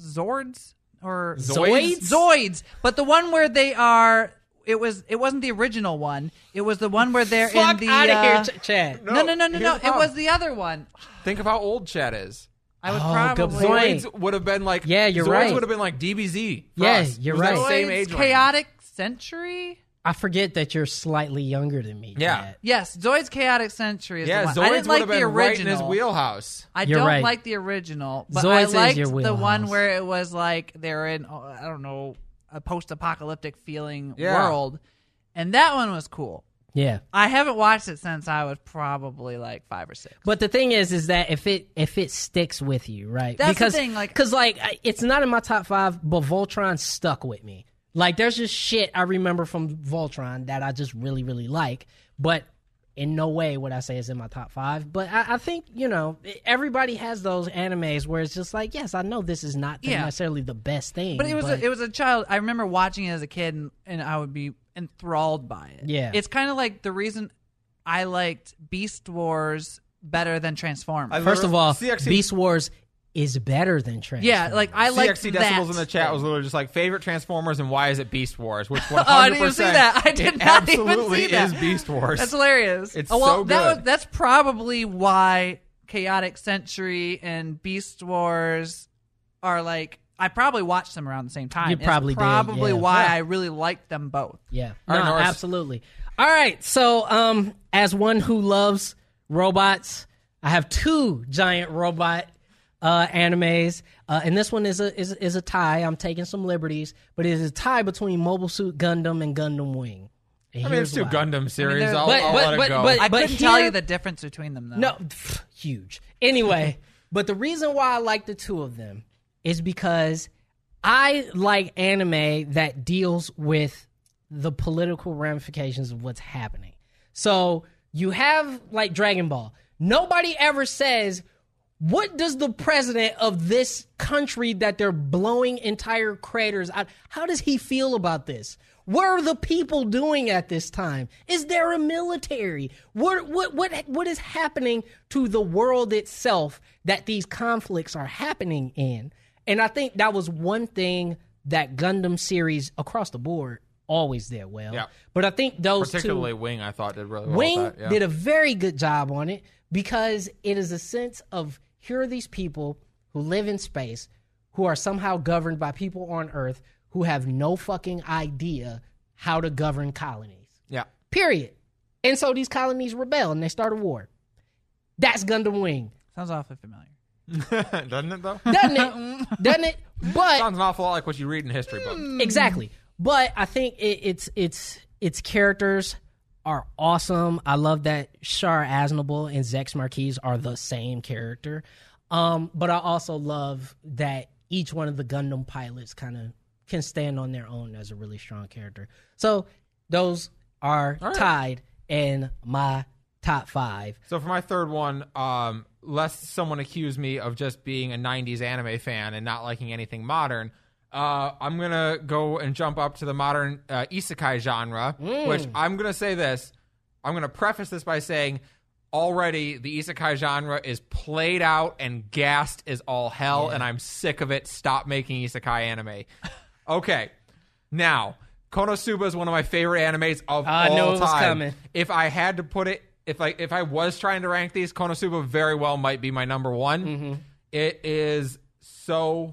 Zords or Zoids? Zoids. But the one where they are. It was. It wasn't the original one. It was the one where they're Fuck in the. out of uh, here, Ch- Chad. no, no, no, no, Here's no. the It problem. was the other one. Think of how old Chet is. I was Oh, good probably. point. Zoids would have been like Yeah, you're Zoids right. would have been like DBZ. for Yeah, us. It you're was that right. Same Zoids age range. chaotic century. I forget that you're slightly younger than me. Yeah. Matt. Yes, Zoid's Chaotic Century is the Yeah, one. Zoids I didn't would like have the been right in original. his wheelhouse. I You're don't right. like the original, but Zoids I is liked your the one wheelhouse. where it was like they're in oh, I don't know a post-apocalyptic feeling Yeah. world, and that one was cool. Yeah. I haven't watched it since I was probably like five or six. But the thing is, is that if it if it sticks with you, right? That's the because, thing, like- because like I- it's not in my top five, but Voltron stuck with me. Like there's just shit I remember from Voltron that I just really really like, but in no way would I say it's in my top five. But I, I think you know everybody has those animes where it's just like, yes, I know this is not Yeah. necessarily the best thing, But it was a, it was a child. I remember watching it as a kid, and, and I would be enthralled by it. Yeah. it's kind of like the reason I liked Beast Wars better than Transformers. first of all, CXC, Beast Wars is better than Transformers. yeah, like I liked CXC that. Oh, decibels in the chat was literally just like favorite Transformers and why is it Beast Wars? Which one hundred I didn't even see that. I did not even absolutely see that. is Beast Wars. That's hilarious. It's oh, well, so That good. was, that's probably why Chaotic Century and Beast Wars are like. I probably watched them around the same time. You It's probably did, probably yeah. why I really liked them both. Yeah. All right, No, Norris. absolutely. All right. So, um, as one who loves robots, I have two giant robot uh, animes, uh, and this one is a is, is a tie. I'm taking some liberties, but it is a tie between Mobile Suit Gundam and Gundam Wing. And I mean, here's it's two why. Gundam series. they're- I'll, But- I'll but- let it but- go. but- I couldn't tell here- you the difference between them, though. No, pff, huge. Anyway, but the reason why I like the two of them is because I like anime that deals with the political ramifications of what's happening. So you have like Dragon Ball. Nobody ever says, what does the president of this country that they're blowing entire craters out how does he feel about this what are the people doing at this time is there a military what what what what is happening to the world itself that these conflicts are happening in and i think that was one thing that gundam series across the board always did well Yeah. but i think those two Particularly Wing, I thought did really well. Wing with that, yeah. did a very good job on it because it is a sense of here are these people who live in space who are somehow governed by people on Earth who have no fucking idea how to govern colonies. yeah. Period. And so these colonies rebel and they start a war. That's Gundam Wing. Sounds awfully familiar. Doesn't it though? Doesn't it? Doesn't it? But Sounds an awful lot like what you read in history books. Exactly. But I think it, it's it's its characters are awesome. I love that Shar Aznable and Zex Marquis are the same character. Um, but I also love that each one of the Gundam pilots kind of can stand on their own as a really strong character. So those are tied in my top five. So for my third one, um, lest someone accuse me of just being a '90s anime fan and not liking anything modern, uh, I'm gonna go and jump up to the modern uh, isekai genre, which I'm gonna say this. I'm gonna preface this by saying. Already, the isekai genre is played out and gassed is all hell, and I'm sick of it. Stop making isekai anime. okay, now Konosuba is one of my favorite animes of I all knew it was time coming. if I had to put it, if I if I was trying to rank these, Konosuba very well might be my number one. Mm-hmm. It is so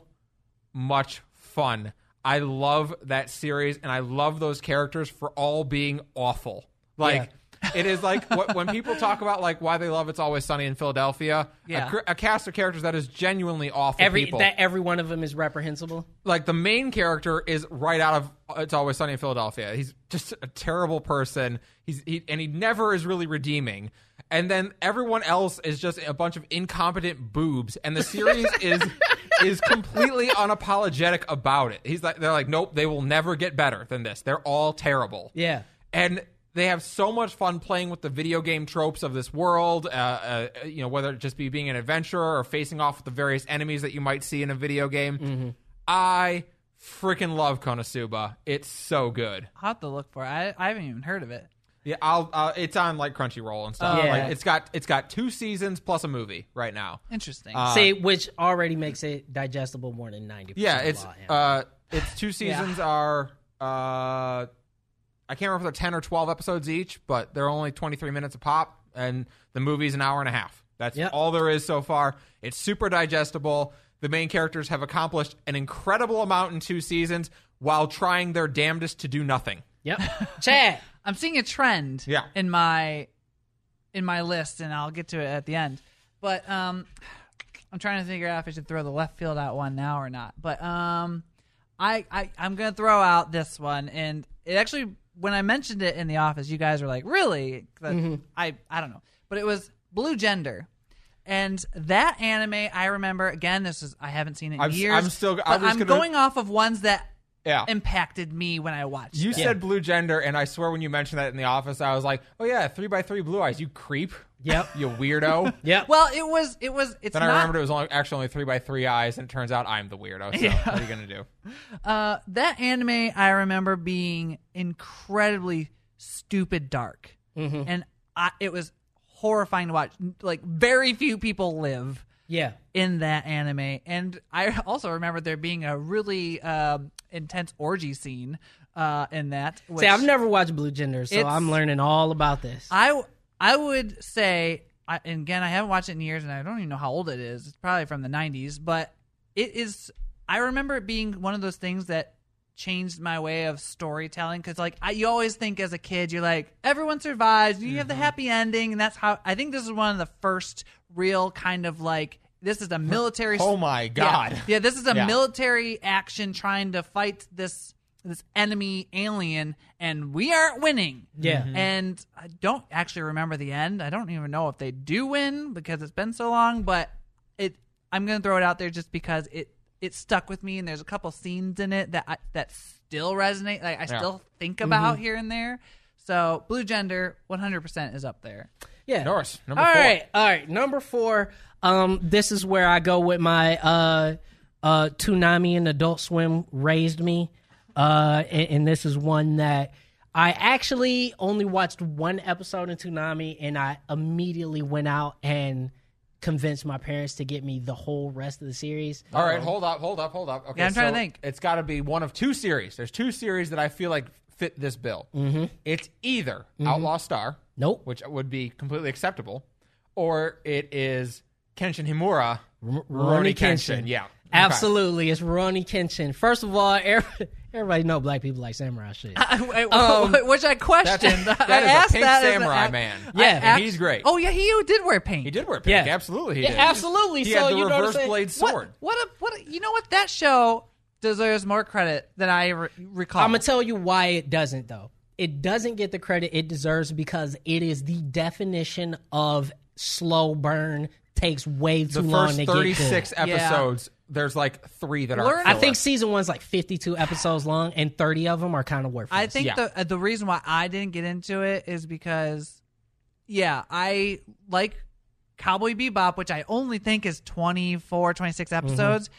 much fun. I love that series, and I love those characters for all being awful. Like it is like what, when people talk about like why they love It's Always Sunny in Philadelphia. Yeah. A, cr- a cast of characters that is genuinely awful. Every people that every one of them is reprehensible. like the main character is right out of uh, It's Always Sunny in Philadelphia. He's just a terrible person. He's he, and he never is really redeeming. And then everyone else is just a bunch of incompetent boobs. And the series is is completely unapologetic about it. He's like they're like, nope, they will never get better than this. They're all terrible. Yeah. And they have so much fun playing with the video game tropes of this world. Uh, uh, you know, whether it just be being an adventurer or facing off with the various enemies that you might see in a video game. I freaking love Konosuba. It's so good. I'll have to look for it. I, I haven't even heard of it. Yeah, I'll. Uh, it's on like Crunchyroll and stuff. Oh, Like, yeah. it's got it's got two seasons plus a movie right now. Interesting. See, which already makes it digestible more than ninety. Yeah, it's uh, it's two Yeah. seasons are uh, I can't remember if they're ten or twelve episodes each, but they're only twenty three minutes a pop, and the movie's an hour and a half. That's Yep. all there is so far. It's super digestible. The main characters have accomplished an incredible amount in two seasons while trying their damnedest to do nothing. Yep. Chad. I'm seeing a trend Yeah. in my in my list, and I'll get to it at the end. But um, I'm trying to figure out if I should throw the left field out one now or not. But um, I, I I'm gonna throw out this one, and it actually when I mentioned it in the office, you guys were like, "Really?" 'Cause I I don't know, but it was Blue Gender. And that anime, I remember again. This is I haven't seen it in I'm s- years. I'm still- I But was I'm gonna- going off of ones that Yeah. impacted me when I watched. You it. said blue gender, and I swear when you mentioned that in the office, I was like, "Oh yeah, three by three blue eyes, you creep, Yep. you weirdo." Yep. Well, it was. It was. It's Then I not. remembered it was only, actually only three by three eyes, and it turns out I'm the weirdo. So what are you gonna do? uh, that anime I remember being incredibly stupid dark, and I, it was horrifying to watch. Like very few people live yeah. in that anime, and I also remember there being a really um intense orgy scene uh, in that. Which See, I've never watched Blue Gender, so It's- I'm learning all about this. I I would say, I, and again, I haven't watched it in years, and I don't even know how old it is. It's probably from the '90s, but it is. I remember it being one of those things that changed my way of storytelling because, like, I, you always think as a kid, you're like, everyone survives, and you have the happy ending, and that's how. I think this is one of the first real kind of like. This is a military. Oh my God. Yeah, yeah, this is a Yeah. military action trying to fight this this enemy alien, and we aren't winning. Yeah. Mhm. and I don't actually remember the end. I don't even know if they do win because it's been so long. But it, I'm gonna throw it out there just because it it stuck with me, and there's a couple scenes in it that I, that still resonate. Like I still think about here and there. So blue gender, 100 percent is up there. yeah. Norris, number All four. right, all right. Number four. Um, this is where I go with my uh, uh, Toonami and Adult Swim raised me, uh, and, and this is one that I actually only watched one episode in Toonami, and I immediately went out and convinced my parents to get me the whole rest of the series. All right, hold up, hold up, hold up. Okay, Yeah, I'm trying to so think. It's got to be one of two series. There's two series that I feel like fit this bill. Mm-hmm. It's either Outlaw Star, Nope. which would be completely acceptable, or it is Kenshin Himura, R- Rurouni Kenshin. Yeah, Okay. Absolutely, it's Ronnie Kenshin. First of all, every- everybody know black people like samurai shit. I, I- which I Um, That's questioned. that I is asked a pink that as an samurai act- man. Yeah. and act- he's great. Oh yeah, he did wear paint. he did wear pink. Yeah. Absolutely, he Yeah, did. absolutely. He So had the you know what I'm reverse saying? blade What- sword. What a what a, you know what that show deserves more credit than I re- recall. I'm gonna tell you why it doesn't though. It doesn't get the credit it deserves because it is the definition of slow burn. Takes way too The long first to get 36 good. episodes, there's like three that are. Learn- I think season one's like 52 episodes long, and 30 of them are kind of worthless. I think Yeah. the uh, the reason why I didn't get into it is because yeah, I like Cowboy Bebop, which I only think is 24, 26 Mm-hmm. episodes.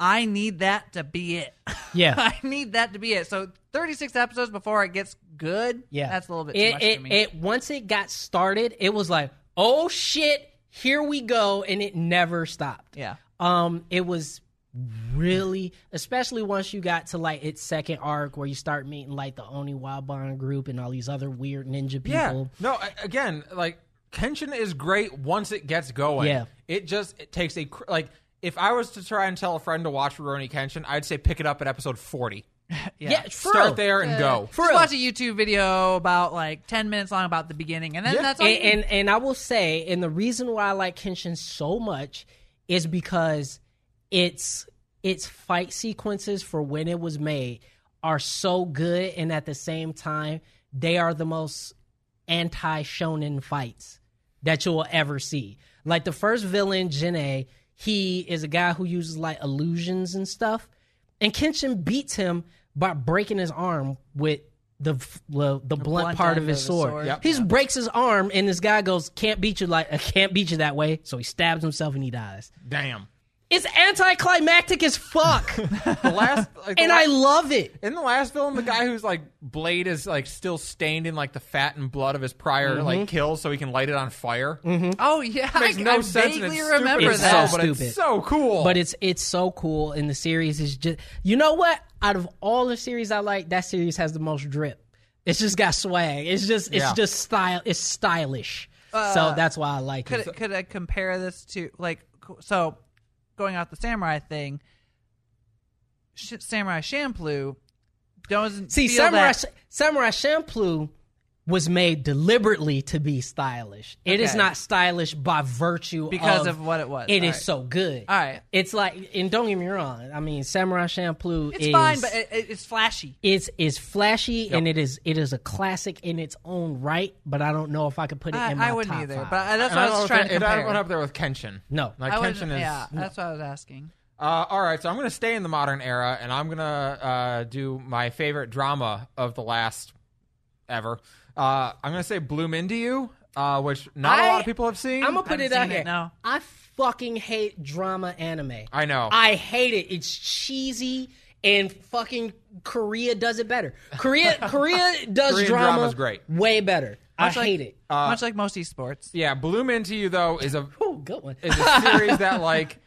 I need that to be it. Yeah. I need that to be it. So 36 episodes before it gets good. yeah, That's a little bit too It, much it, for me. it once it got started, it was like, oh shit, here we go, and it never stopped. yeah. Um, it was really, especially once you got to like its second arc where you start meeting like the Oni Wabon group and all these other weird ninja people. Yeah. No, I- again, like Kenshin is great once it gets going. Yeah. It just it takes a cr- like if I was to try and tell a friend to watch Rurouni Kenshin, I'd say pick it up at episode 40. Yeah, for Start real. there and go. For Just real. watch a YouTube video about like 10 minutes long about the beginning and then Yeah. that's all you And, and and I will say, and the reason why I like Kenshin so much is because its its fight sequences for when it was made are so good, and at the same time, they are the most anti shonen fights that you will ever see. Like the first villain, Jinne, he is a guy who uses like illusions and stuff, and Kenshin beats him by breaking his arm with the f- the, the blunt blunt part end of his sword. Yep. He just breaks his arm, and this guy goes, "Can't beat you like I can't beat you that way." So he stabs himself and he dies. Damn. It's anticlimactic as fuck, The last like, the and la- I love it. in the last film, the guy who's like blade is like still stained in like the fat and blood of his prior Mm-hmm. like kills, so he can light it on fire. Oh yeah, Makes I, no I sense. and vaguely it's remember stupid as that. hell, but Stupid. it's so cool. But it's it's so cool, and the series is just you know what? Out of all the series I like, that series has the most drip. It's just got swag. It's just it's Yeah. just style. It's stylish. so that's why I like could it. could I compare this to like co- so going off the samurai thing? Sh- samurai Champloo doesn't See, feel Samurai that. Samurai Champloo was made deliberately to be stylish. It is Okay. not stylish by virtue Because um, of what it was. It is All right. so good. All right. It's like, and don't get me wrong. I mean, Samurai Champloo It's is fine, but it, it- it's flashy. it's is flashy and it is it is a classic in its own right. But I don't know if I could put it I, in my I wouldn't top either. five. But I, that's And what I don't was know trying if to it- I compare. don't up there with Kenshin. No. like I Kenshin is. wouldn't- yeah, that's what I was asking. Uh, all right, so I'm going to stay in the modern era, and I'm going to uh, do my favorite drama of the last ever. Uh, I'm going to say Bloom Into You, uh, which not a I- lot of people have seen. I'm gonna put Haven't it out seen it, here. no. I fucking hate drama anime. I know. I hate it. It's cheesy and fucking Korea does it better. Korea Korea does Korean drama drama's great. way better. I Much like- hate it. Uh, much like most esports. yeah, Bloom Into You, though, is a, Oh, good one. is a series that, like,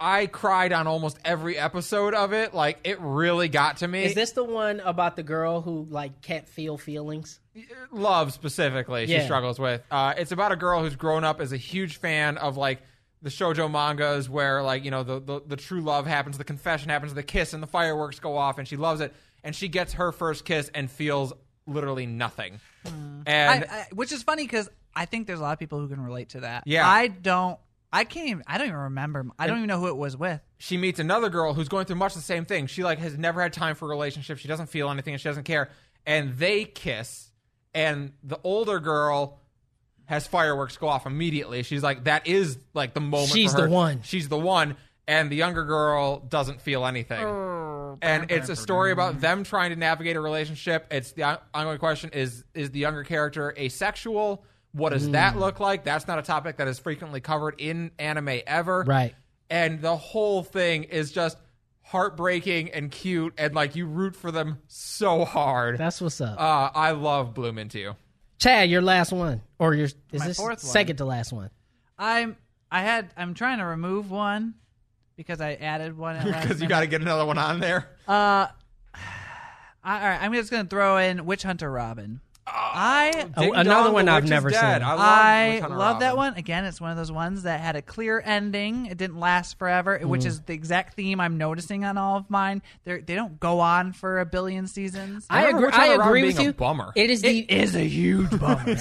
I cried on almost every episode of it. Like, it really got to me. Is this the one about the girl who like can't feel feelings? love specifically she Yeah. struggles with. Uh, it's about a girl who's grown up as a huge fan of like the shoujo mangas where like you know the, the the true love happens, the confession happens, the kiss, and the fireworks go off, and she loves it. And she gets her first kiss and feels literally nothing. And I, I, which is funny because I think there's a lot of people who can relate to that. Yeah. I don't. I can't. Even, I don't even remember. I don't even know who it was with. she meets another girl who's going through much the same thing. She like has never had time for a relationship. She doesn't feel anything and she doesn't care. And they kiss and the older girl has fireworks go off immediately. She's like that is like the moment for She's the her. one. She's the one and the younger girl doesn't feel anything. And it's a story about them trying to navigate a relationship. It's the on- ongoing question is is the younger character asexual? What does Mm. that look like? That's not a topic that is frequently covered in anime ever Right. and the whole thing is just heartbreaking and cute and like you root for them so hard That's what's up. uh, i love bloom into you Chad, your last one or your is My this fourth one. second to last one? I'm. I had. I'm trying to remove one because I added one. at last because you minute. got to get another one on there Uh, I, all right. I'm just gonna throw in Witch Hunter Robin. I Ding another Dong, The one I've Witch is never Dead. seen. i love, I Witch Hunter love that Robin. one. Again, it's one of those ones that had a clear ending. It didn't last forever, which is the exact theme I'm noticing on all of mine. They're, they don't go on for a billion seasons. I remember agree. Return I of Robin agree being with a you. bummer. It is the it is a huge bummer.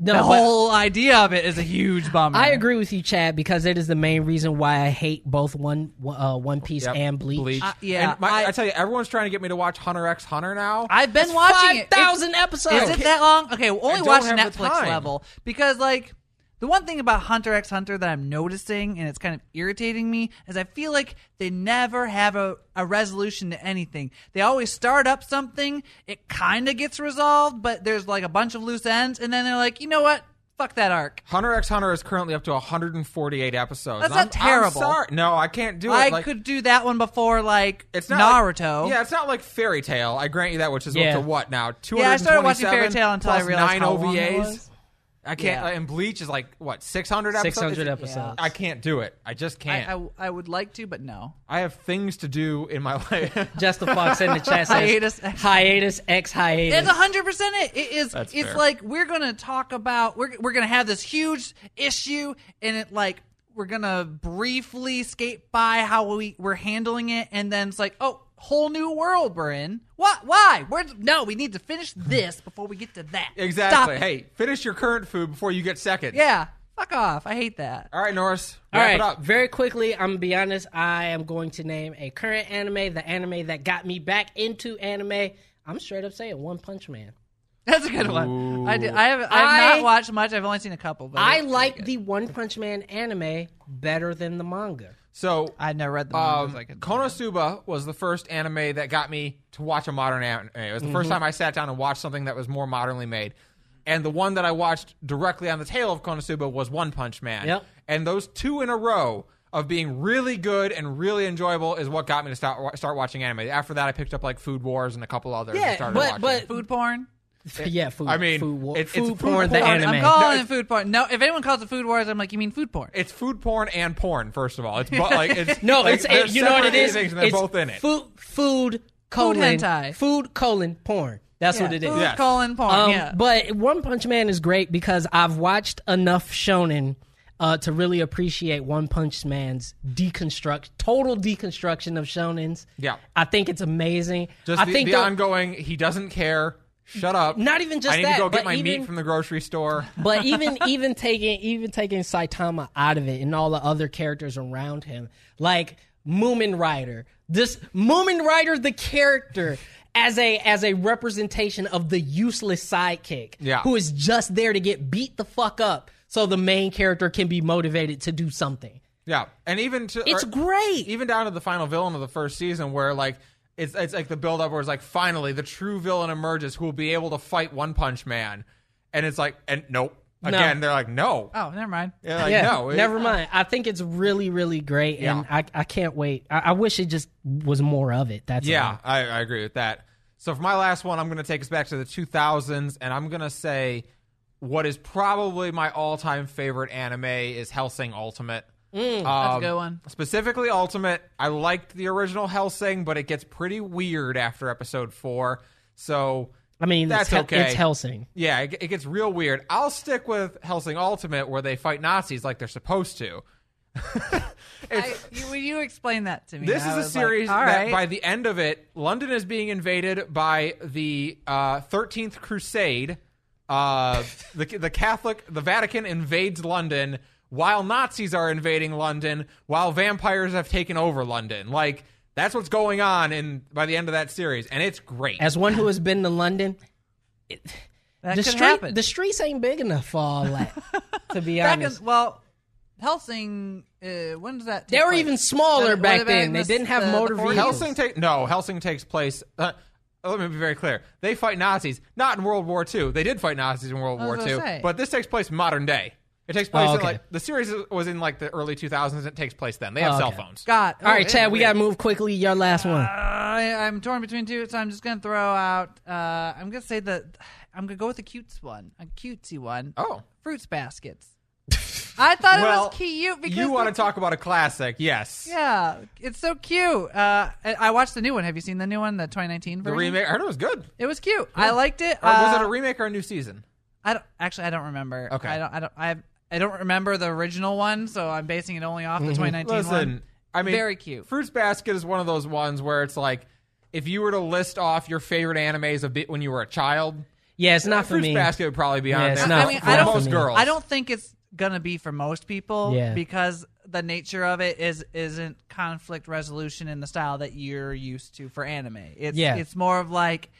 no, the but- whole idea of it is a huge bummer. I agree with you, Chad, because it is the main reason why I hate both One uh, One Piece Yep. and Bleach. bleach Uh, yeah, And my, I, I- tell you everyone's trying to get me to watch hunter x hunter now I've been watching it. It's- 5,000 episodes. Is it that long? Okay, well, only don't watch have the Netflix time. level because like the one thing about Hunter X Hunter that I'm noticing and it's kind of irritating me is I feel like they never have a, a resolution to anything. They always start up something, it kind of gets resolved, but there's like a bunch of loose ends, and then they're like, you know what? Fuck that arc. hunter x hunter is currently up to 148 episodes That's I'm, not terrible. I'm sorry. no i can't do it I Like, could do that one before like it's not like- Naruto. yeah, it's not like Fairy Tale. I grant you that, which is Yeah. up to what now? Two hundred. Yeah, I started watching Fairy Tail until I realized nine how OVAs. long it was. I can't. Yeah. And Bleach is like what six hundred episodes. 600 It's- episodes. I can't do it. I just can't. I, I, I, I would like to, but no. have things to do in my life. Just the Fox in the chat says, Hiatus. hiatus, X hiatus. It's hundred percent. It It is. That's it's fair. like we're gonna talk about. We're we're gonna have this huge issue, and it like we're gonna briefly skate by how we we're handling it, and then it's like oh. Whole new world we're in. What? Why? We're no. We need to finish this before we get to that. Stop exactly. it. Hey, finish your current food before you get second. Yeah. Fuck off. I hate that. All right, Norris. All Wrap right, it up. very quickly, I'm gonna be honest. I am going to name a current anime, the anime that got me back into anime. I'm straight up saying One Punch Man. That's a good one. I do. I have. I've I- not watched much. I've only seen a couple. But I it's- like the One Punch Man anime better than the manga. so, I never read the um, mangas. I could- Konosuba was the first anime that got me to watch a modern anime. It was the first Mm-hmm. time I sat down and watched something that was more modernly made. And the one that I watched directly on the tail of Konosuba was One Punch Man. Yep. And those two in a row of being really good and really enjoyable is what got me to start start watching anime. After that, I picked up like Food Wars and a couple others. and Yeah, started but watching. but food porn. yeah, food. I mean, food, war- it's- it's food food porn, the porn. anime. I'm calling it food porn. No, if anyone calls it food wars, I'm like, you mean food porn? it's food porn and porn. First of all, it's bu- like it's No, like, it's they're it, you know what it separate is. Things and they're it's both in it. Food, food, colon, hentai. food, colon, porn. That's what it is. Food Yes. colon porn. Um, yeah. But One Punch Man is great because I've watched enough shonen uh, to really appreciate One Punch Man's deconstruct, total deconstruction of shonens. Yeah. I think it's amazing. Just I the, think the that- ongoing. He doesn't care. Shut up. Not even just I need that, to go but get my even- meat from the grocery store. but even even taking even taking Saitama out of it and all the other characters around him, like Moomin Rider, this Moomin Rider, the character as a as a representation of the useless sidekick, Yeah. who is just there to get beat the fuck up, so the main character can be motivated to do something. Yeah, and even to It's or- great. Even down to the final villain of the first season, where like it's it's like the build up where it's like finally the true villain emerges who will be able to fight One Punch Man, and it's like and nope again they're like no Oh, never mind. They're like, Uh, yeah, no it- never mind. I think it's really really great, and I I can't wait. I, I wish it just was more of it. That's yeah all. I, I agree with that. So for my last one, I'm gonna take us back to the 2000s, and I'm gonna say what is probably my all time favorite anime is Hellsing Ultimate. Mm. Um, Uh, That's a good one. Specifically, Ultimate. I liked the original Hellsing, but it gets pretty weird after episode four. So I mean that's it's, Hel- okay. It's Helsing. Yeah, it, it gets real weird. I'll stick with Hellsing Ultimate, where they fight Nazis like they're supposed to. I, you, when you explain that to me, This I is a was like, series all that right. by the end of it, London is being invaded by the uh, 13th Crusade. Uh, the, the Catholic, the Vatican invades London while Nazis are invading London, while vampires have taken over London. Like, that's what's going on in by the end of that series, and it's great. As one who has been to London, that the could street, happen. the streets ain't big enough for all that. to be back honest, in, well, Helsing. Uh, when does that? Take they were place? even smaller What back about then. in They the- didn't have the- the motor 40s? vehicles. Helsing take no. Helsing takes place. Uh, let me be very clear. They fight Nazis not in World War II. They did fight Nazis in World I War was II, gonna say. but this takes place modern day. It takes place Oh, in okay. like the series was in like the early 2000s. It takes place then. They have Oh, cell okay. phones. God. All right, oh, Uh, Chad, we yeah. gotta move quickly. Your last one. I, I'm torn between two, so I'm just gonna throw out. Uh, I'm gonna say the. I'm gonna go with the cutes one, a cutesy one. Oh. fruits baskets. I thought it Well, was cute because you want to the- talk about a classic? Yes. Yeah, it's so cute. Uh, I, I watched the new one. Have you seen the new one, the 2019 The version? remake. I heard it was good. It was cute. I liked it. Or was Uh, it a remake or a new season? I don't actually. I don't remember. Okay. I don't. I don't. I. I don't remember the original one, so I'm basing it only off the Mm-hmm. 2019 one. Listen, I mean, very cute. Fruits Basket is one of those ones where it's like, if you were to list off your favorite animes a bit when you were a child, Yeah, it's not for Fruits me. Basket would probably be on Yeah, there. it's I- not- I mean, it's I not don't. for most me. girls. I don't think it's gonna be for most people Yeah. because the nature of it is isn't conflict resolution in the style that you're used to for anime. It's Yeah. it's more of like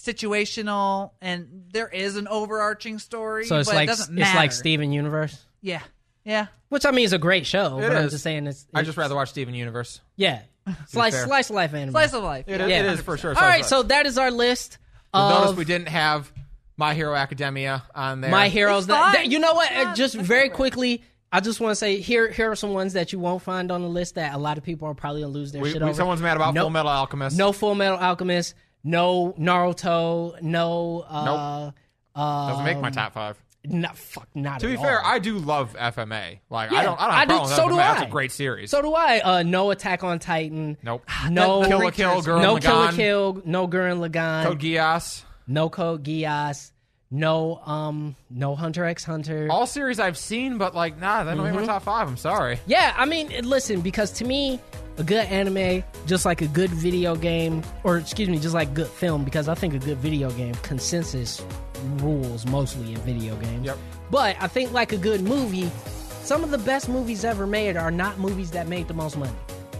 situational, and there is an overarching story. So it's but like it doesn't it's like matter. Steven Universe, Yeah, yeah. which I mean is a great show. but I'm is. just saying it's. I it's- just rather watch Steven Universe. yeah, slice fair. slice of life anime. Slice of life. It yeah. is- Yeah. it is for sure. All right, Slice so of that is our list. Life. Of notice we didn't have My Hero Academia on there. My heroes. It's That, fine. that- you know what? It's fine. Just That's very all right. quickly, I just want to say here here are some ones that you won't find on the list that a lot of people are probably gonna lose their We, shit we- over. someone's mad about Nope. Full Metal Alchemist. No Full Metal Alchemist. No Naruto. No. Uh, uh, doesn't make my top five. not fuck. Not To be at fair, all. I do love FMA. Like Yeah, I don't, I don't have a problem with so FMA. do That's I. a great series. So do I. Uh, no Attack on Titan. nope. No Kill a Kill, Girl no Lagann, Kill a Kill. No Gurren Lagann. Code Geass. no Code Geass. No um. No Hunter X Hunter. All series I've seen, but like, nah, that don't Mm-hmm. make my top five. I'm sorry. Yeah, I mean, it- listen, because to me, a good anime, just like a good video game, or excuse me, just like good film, because I think a good video game consensus rules mostly in video games. Yep. But I think like a good movie, some of the best movies ever made are not movies that made the most money.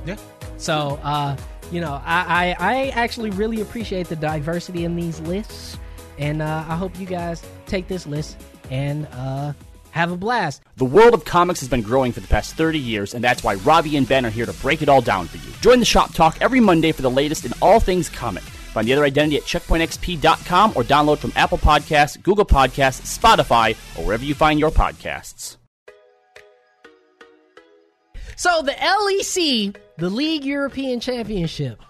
Yeah. So, uh, you know, I, I, I actually really appreciate the diversity in these lists, and uh, I hope you guys take this list and uh, have a blast. The world of comics has been growing for the past 30 years, and that's why Robbie and Ben are here to break it all down for you. Join the Shop Talk every Monday for the latest in all things comic. Find the other identity at checkpointxp.com or download from Apple Podcasts, Google Podcasts, Spotify, or wherever you find your podcasts. So the LEC, the League European Championship,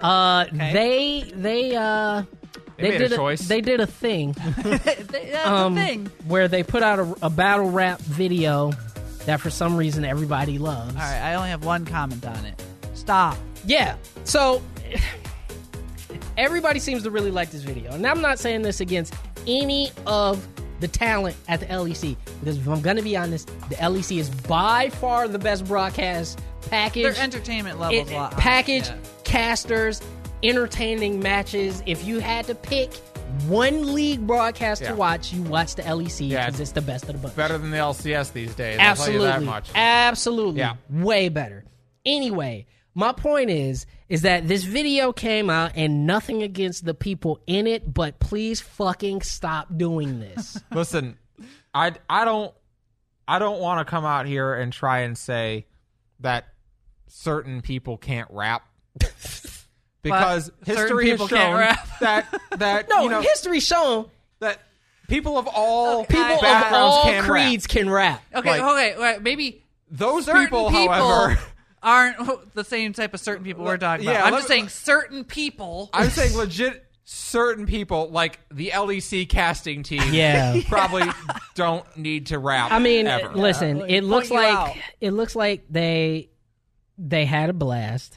uh, they they uh, They made a did choice. they did a thing That's um, the thing. where they put out a, a battle rap video that for some reason everybody loves. All right, I only have one comment on it. Stop. Yeah. So everybody seems to really like this video. And I'm not saying this against any of the talent at the LEC. Because if I'm gonna be honest, the LEC is by far the best broadcast Their package. entertainment level's It- a Uh, lot higher, package yeah. casters, entertaining matches. If you had to pick one league broadcast Yeah. to watch, you watch the LEC Yeah, because it's it's the best of the bunch. Better than the LCS these days. Absolutely. I'll tell you that much. Absolutely. Yeah. Way better. Anyway, my point is is that this video came out and nothing against the people in it, but please fucking stop doing this. Listen, I I don't I don't want to come out here and try and say that certain people can't rap because But certain history has people shown can't rap. that that no, you know history's shown that people of all Okay, people of backgrounds all can creeds rap. can rap. Okay, Like- okay, wait, maybe Those certain people, however, aren't the same type of certain people we're talking about. yeah, I'm let just me- saying certain people. I'm saying legit certain people like the LEC casting team Yeah. probably don't need to rap. I mean, ever. listen, it looks you like out. it looks like they they had a blast.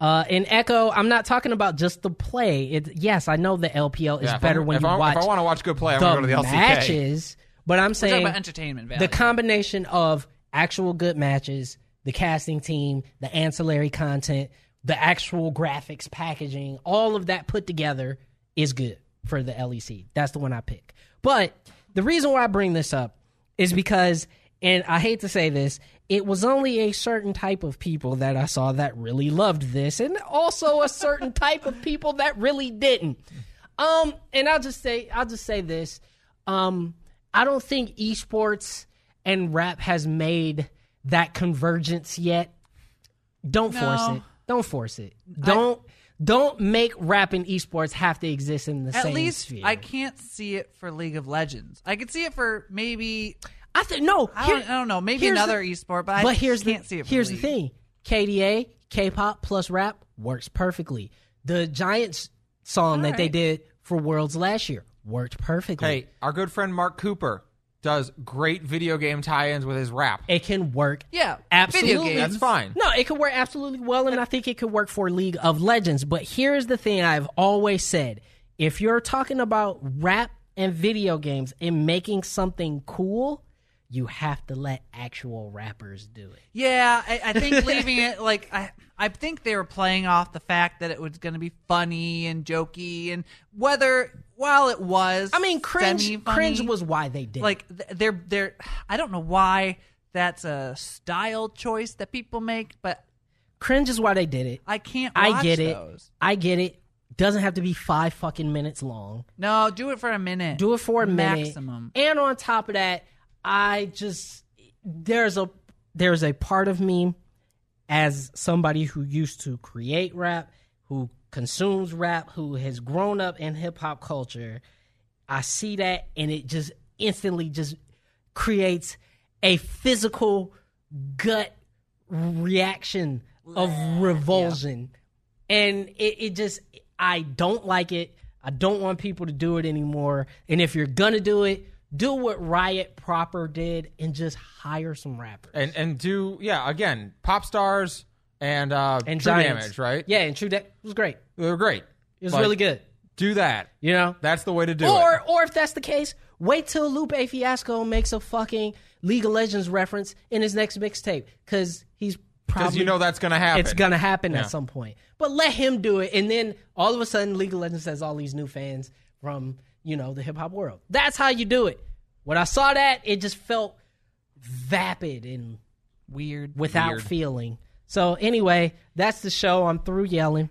Uh, in Echo, I'm not talking about just the play. It, yes, I know the LPL is Yeah, if better I'm- when if you I, watch If I want to watch good play, I'm the going to go to the LCK. matches, but I'm We're talking saying about entertainment value. the combination of actual good matches, the casting team, the ancillary content, the actual graphics packaging, all of that put together is good for the LEC. That's the one I pick. But the reason why I bring this up is because, and I hate to say this, it was only a certain type of people that I saw that really loved this, and also a certain type of people that really didn't. Um, and I'll just say, I'll just say this. Um, I don't think esports and rap has made that convergence yet. Don't force No. it. Don't force it. Don't don't make rap and esports have to exist in the At same least sphere. I can't see it for League of Legends. I could see it for maybe I think no. I here- don't, I don't know maybe here's another the- esport, but, I but just here's can't the, see it. For here's League. the thing: KDA, K-pop plus rap works perfectly. The Giants song that they right. did for Worlds last year worked perfectly. Hey, our good friend Mark Cooper does great video game tie-ins with his rap. It can work. Yeah, absolutely. Video games. That's fine. No, it could work absolutely well, and I think it could work for League of Legends. But here's the thing I've always said if you're talking about rap and video games and making something cool, you have to let actual rappers do it. Yeah, I, I think leaving it like I, I think they were playing off the fact that it was going to be funny and jokey, and whether while it was, I mean, cringe, semi-funny, cringe was why they did. it. like th- they're they're. I don't know why that's a style choice that people make, but cringe is why they did it. I can't. Watch I get it. Those. I get it. Doesn't have to be five fucking minutes long. No, do it for a minute. Do it for a minute. maximum. And on top of that, I just there's a there's a part of me as somebody who used to create rap, who consumes rap, who has grown up in hip hop culture. I see that and it just instantly just creates a physical gut reaction of revulsion. And it, it just, I don't like it. I don't want people to do it anymore. And if you're going to do it, do what Riot proper did and just hire some rappers. And and do yeah again pop stars and uh And True Giants. damage right Yeah, and True Damage was great. they were great It was Like, really good. do that You know? that's the way to do or it or if that's the case, wait till Lupe Fiasco makes a fucking League of Legends reference in his next mixtape because he's because probably you know that's gonna happen um, it's gonna happen Yeah. at some point. But let him do it, and then all of a sudden, League of Legends has all these new fans from you know the hip hop world. That's how you do it. When I saw that, it just felt vapid and Weird. without Weird. feeling. So anyway, that's the show. I'm through yelling.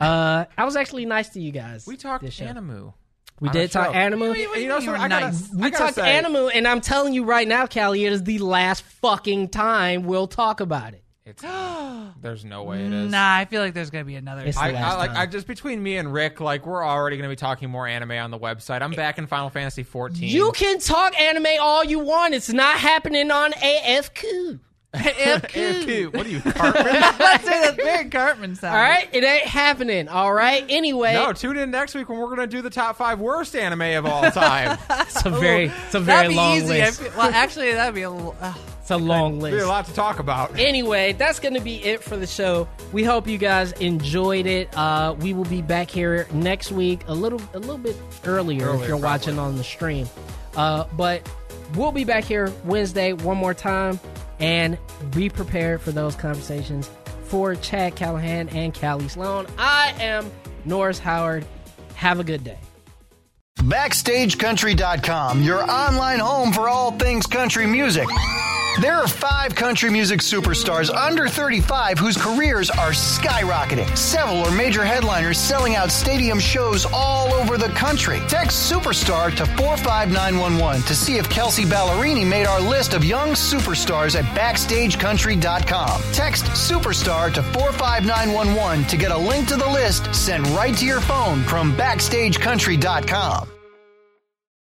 Uh, I was actually nice to you guys. we talked this show. animu We on did our talk show. animal. What do you know mean you something? were I gotta- nice? I We gotta talked say, animal, and I'm telling you right now, Callie, it is the last fucking time we'll talk about it. it's- there's no way it is Nah, I feel like there's going to be another. It's- I, the last I like time. I just between me and Rick like we're already gonna be talking more anime on the website I'm back in Final Fantasy 14 You can talk anime all you want. It's not happening on AFQ. AFQ. What are you, Cartman? Let's say that's very Cartman sound. All right, it ain't happening. All right. Anyway, no, tune in next week when we're going to do the top five worst anime of all time. it's a very, it's a That'd very be long easy. I list. feel- well, actually, that'd be a little. Uh, It's a long There'll be list. a lot to talk about. anyway, that's going to be it for the show. We hope you guys enjoyed it. Uh, we will be back here next week, a little a little bit earlier, if Earlier, you're watching on the stream. Uh, but we'll be back here Wednesday one more time, and be prepared for those conversations. For Chad Callahan and Callie Sloan, I am Norris Howard. Have a good day. BackstageCountry.com, your online home for all things country music. There are five country music superstars under 35 whose careers are skyrocketing. Several are major headliners selling out stadium shows all over the country. Text Superstar to 45911 to see if Kelsey Ballerini made our list of young superstars at BackstageCountry.com. Text Superstar to 45911 to get a link to the list sent right to your phone from BackstageCountry.com.